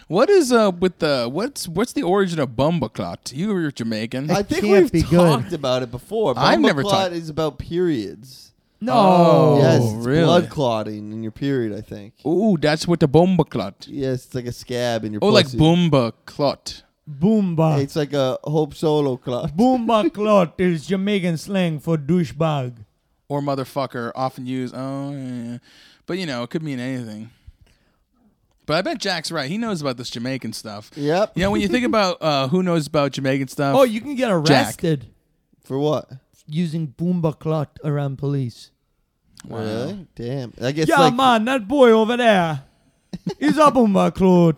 What is uh with the what's what's the origin of bumbaclot? You were Jamaican.
I think
can't
we've
be good.
talked about it before.
I've
Bomba
never
clot
talked-
is about periods.
no.
Oh.
yes, it's
really?
blood clotting in your period, I think.
Ooh, that's what the bumbaclot.
Yes, it's like a scab in your
Oh, like
pussy.
boomba clot.
Boomba.
It's like a Hope Solo clot.
Boomba clot is Jamaican slang for douchebag.
Or motherfucker often used. Oh, yeah. But you know, it could mean anything. But I bet Jack's right. He knows about this Jamaican stuff.
Yep.
You know, when you
<laughs>
think about uh, who knows about Jamaican stuff,
Oh, you can get arrested
For what?
using boomba clot around police.
Really? Damn. I guess
yeah,
like
man, that boy over <laughs> there. He's a boomba clot.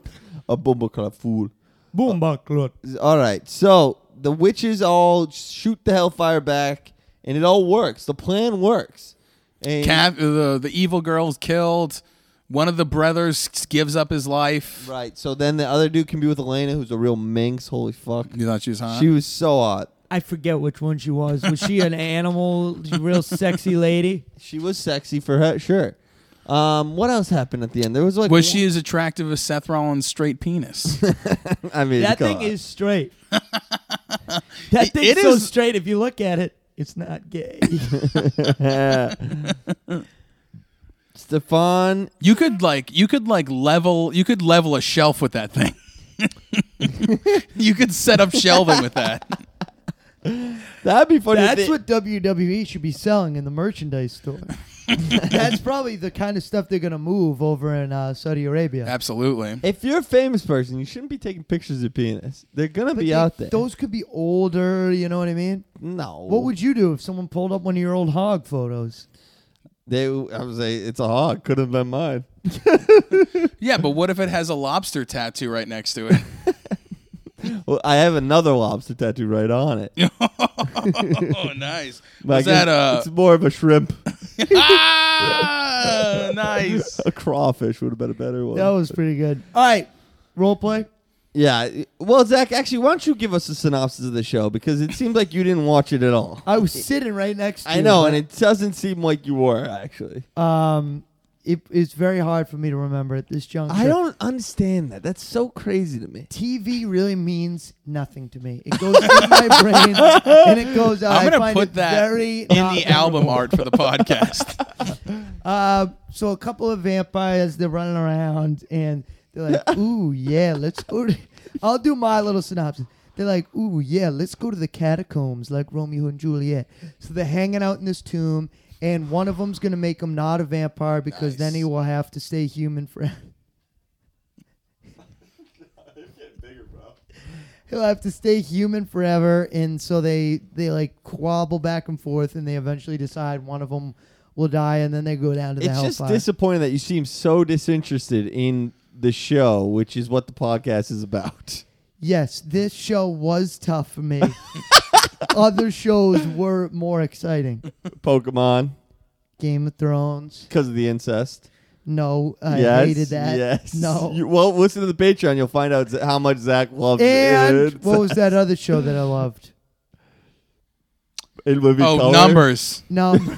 a bumble club fool.
Boomba clot.
All right. So the witches all shoot the hellfire back, and it all works. The plan works. And
Cav- the the evil girl's killed. One of the brothers gives up his life.
Right. So then the other dude can be with Elena, who's a real minx. Holy fuck.
You thought she was hot?
She was so hot.
I forget which one she was. Was she <laughs> an animal? Real sexy lady?
She was sexy for her, sure. Um, what else happened at the end? There was like
was she as attractive as Seth Rollins' straight
<laughs>
penis?
I mean,
That
come
thing
on.
is straight.
<laughs>
that thing's
it
so
is-
straight. If you look at it, it's not
<laughs>
gay.
Stefan.
you could like you could like level you could level a shelf with that thing. <laughs> you could set up shelving
<laughs>
with that.
That'd be funny. if
That's
they-
what WWE should be selling in the merchandise
<laughs>
store. That's probably the kind of stuff they're gonna move over in uh, Saudi Arabia.
Absolutely.
If you're a famous person, you shouldn't be taking pictures of penis. They're gonna be
They-
out there.
Those could be older. You know what I mean?
no.
What would you do if someone pulled up one of your old hog photos?
they? I was say it's a hog. Could have been mine.
Yeah, but what if it has a lobster tattoo right next to it? <laughs>
Well, I have another lobster tattoo right on it.
oh, nice.
But I
Was that
guess
uh
It's more of a shrimp.
ah, <laughs> nice.
a crawfish would have been a better one.
That was pretty good. All right, role play.
Yeah. Well, Zach, actually, why don't you give us a synopsis of the show because it seemed like you didn't watch it at <laughs> all.
I was sitting right next to you.
I know,
but-
and it doesn't seem like you were actually.
Um, it, it's very hard for me to remember at this juncture.
I don't understand that. That's so crazy to me.
TV really means nothing to me. It goes in my brain and it goes out.
I'm
I
gonna
find
put
it
that
very
in the album art for
<laughs>
the podcast.
Uh, so a couple of vampires they're running around and they're like, "Ooh yeah, let's go." To, <laughs> I'll do my little synopsis. They're like, "Ooh yeah, let's go to the catacombs like Romeo and Juliet." So they're hanging out in this tomb, and one of them's gonna make him not a vampire because then
Nice.
he will have to stay human forever. He'll have to stay human forever, and so they they like quabble back and forth, and they eventually decide one of them will die, and then they go down to the
It's just
hellfire.
disappointing that you seem so disinterested in the show, which is what the podcast is about. <laughs>
Yes, this show was tough for me. Other shows were more exciting.
Pokemon,
Game of Thrones.
because of the incest.
No, I
yes,
hated that.
Yes.
No.
You- well, listen to the Patreon. You'll find out how much Zach loves
and
<laughs> it.
what was that other show that I loved?
In movie
Oh,
color. <laughs>
numbers.
No,
You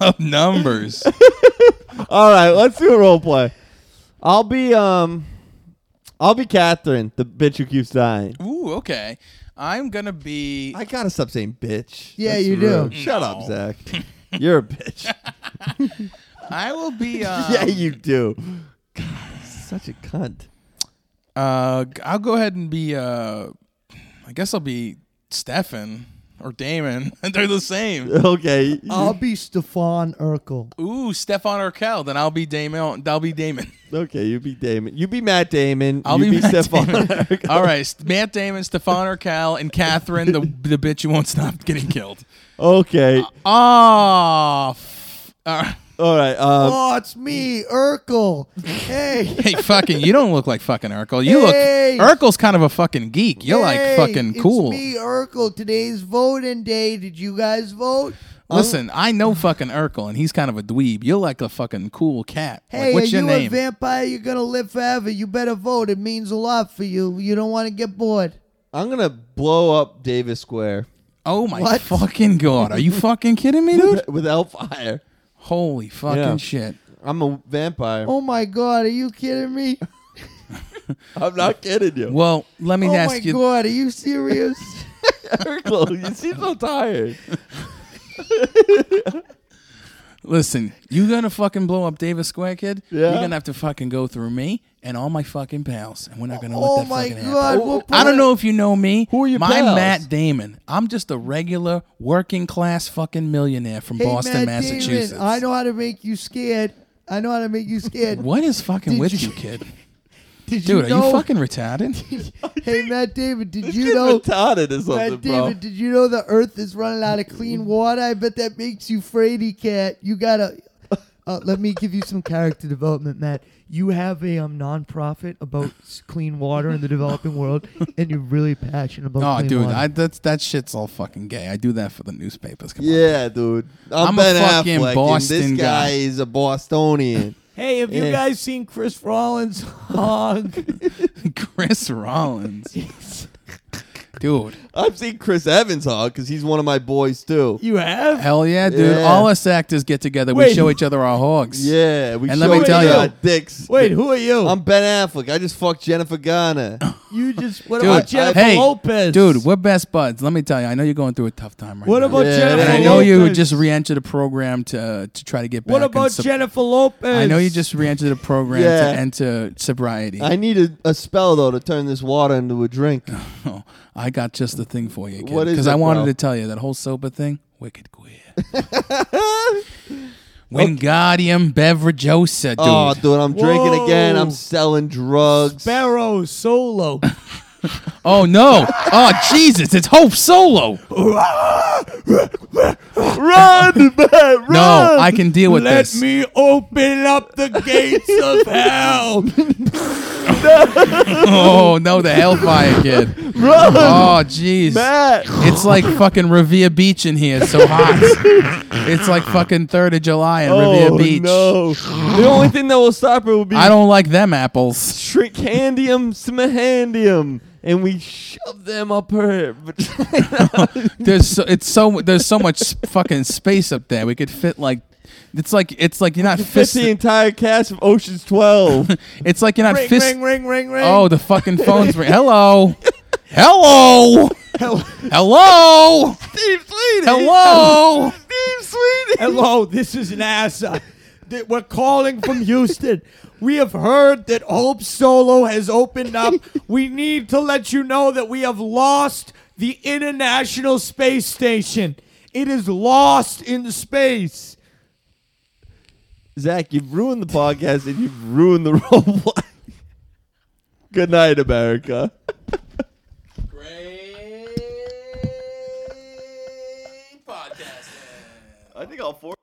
Oh,
love numbers.
All right, let's do a role play. I'll be um, I'll be Catherine, the bitch who keeps dying.
<laughs> Ooh, okay. I'm gonna be.
I gotta stop saying bitch.
Yeah, you do. Mm.
rude. Shut up,
No.
Zach. You're a bitch.
I will be. Um,
<laughs> yeah, you do. God, such a cunt.
Uh, I'll go ahead and be. Uh, I guess I'll be Stefan or Damon. <laughs> They're
<laughs>
the same.
<laughs> Okay.
I'll be Stefan Urkel.
Ooh, Stefan Urkel. Then I'll be Damon. I'll be Damon.
okay, you be Damon. You be Matt Damon.
I'll
you
be Matt
Stefan. <laughs> Urkel.
All right, Matt Damon, Stefan Urkel, and Catherine, the the bitch who won't stop getting killed.
Okay.
Oh, f- all right.
All right. Um,
oh, it's me, Urkel. Hey.
hey, fucking, you don't look like fucking Urkel. You
Hey!
look Urkel's kind of a fucking geek. You're
hey,
like fucking cool.
It's me, Urkel. Today's voting day. Did you guys vote?
Listen, I know fucking Urkel, and he's kind of a dweeb. You're like a fucking cool cat. Like,
Hey,
what's
are
your
you a
name?
vampire? You're gonna live forever. You better vote. It means a lot for you. You don't want to get bored.
I'm gonna blow up Davis Square <laughs>
oh my
What?
fucking
<laughs>
god! Are you fucking kidding me, dude?
with Hellfire.
Holy fucking
Yeah.
shit!
I'm a vampire.
Oh my god, are you kidding me?
I'm not kidding you.
Well, let me
Oh my
ask you.
god, are you
<laughs>
serious?
<laughs> Urkel, you seem so tired.
Listen, you gonna fucking blow up Davis Square, kid?
Yeah.
You're gonna have to fucking go through me and all my fucking pals, and we're not gonna
Oh
let that
my
fucking
God,
happen.
we'll
I
put-
don't know if you know me.
Who are your
My
pals?
Matt Damon. I'm just a regular working class fucking millionaire from
Hey,
Boston,
Matt Damon,
Massachusetts.
I know how to make you scared. I know how to make you scared.
<laughs> What is
<laughs>
fucking
Did
with
you-
you, kid?
Did
Dude,
you know,
are you fucking retarded?
<laughs> Hey, Matt David, did you
Get
know?
retarded or something,
Matt
bro.
David, did you know the Earth is running out
<laughs>
of clean water? I bet that makes you fraidy cat. You gotta. Uh, let me give you some character development, Matt. You have a um, nonprofit about s- clean water in the developing
<laughs>
world, and you're really passionate about.
oh,
clean
dude,
water.
I, that's that shit's all fucking gay. I do that for the newspapers. Come on.
Yeah, dude. I'm,
I'm a
Ben
fucking
Affleck,
Boston
and this guy,
guy.
is a Bostonian.
Hey, have
Yeah.
you guys seen Chris Rollins'
<laughs>
hog?
<laughs> Chris Rollins,
<laughs>
dude.
I've seen Chris Evans hog because he's one of my boys too.
you have?
Hell yeah, dude.
Yeah.
All us actors get together. We
Wait.
show each other our hogs.
Yeah, we
And
show
let me
each
tell
other
you-
our dicks.
Wait, who are you?
I'm Ben Affleck. I just fucked Jennifer Garner.
you just what
Dude,
about Jennifer
hey,
Lopez?
Dude, we're best buds. Let me tell you, I know you're going through a tough time right
what
now.
about
Yeah,
Jennifer?
And I
Jennifer
know you
Lopez?
just re-entered a program to to try to get back.
What
and
about
sup-
Jennifer Lopez?
I know you just re-entered a program
Yeah.
to enter sobriety.
I need a, a spell though to turn this water into a drink.
Oh, I got just the thing for you, kid.
What is
Because
it,
I wanted
bro?
to tell you that whole sober thing, wicked
<laughs>
queer. Wingardium Beveragiosa, dude.
Oh, dude, I'm drinking
Whoa.
again. I'm selling drugs.
Barrow Solo.
<laughs>
Oh no! Oh Jesus! It's Hope Solo.
Run, man, run.
No, I can deal with this.
me open up the gates of hell.
<laughs> Oh no, the Hellfire Kid. Oh
<laughs>
jeez.
Matt.
<laughs>
It's like fucking Revere Beach in here. It's so hot. it's like fucking Third of July in Revere
Oh,
Beach.
no. The only thing that will stop it will be
I don't like them apples.
trichandium, smahandium, and we shove them up her <laughs>
There's so, it's so there's so much s- fucking space up there. We could fit like it's like it's like you're not
Fits the
fisting.
entire cast of Ocean's
<laughs>
12.
It's like you're not
ring,
fist.
ring, ring, ring, ring.
Oh, the fucking phones ring. Hello. Hello. Hello.
Steve
<laughs>
Sweetie.
Hello.
Steve Sweetie.
Hello, oh, this is NASA. That We're calling from Houston. We have heard that Hope Solo has opened up. <laughs> We need to let you know that we have lost the International Space Station. It is lost in space.
Zach, you've ruined the podcast and you've ruined the <laughs> roleplay. Good night, America.
Great podcast.
I think all four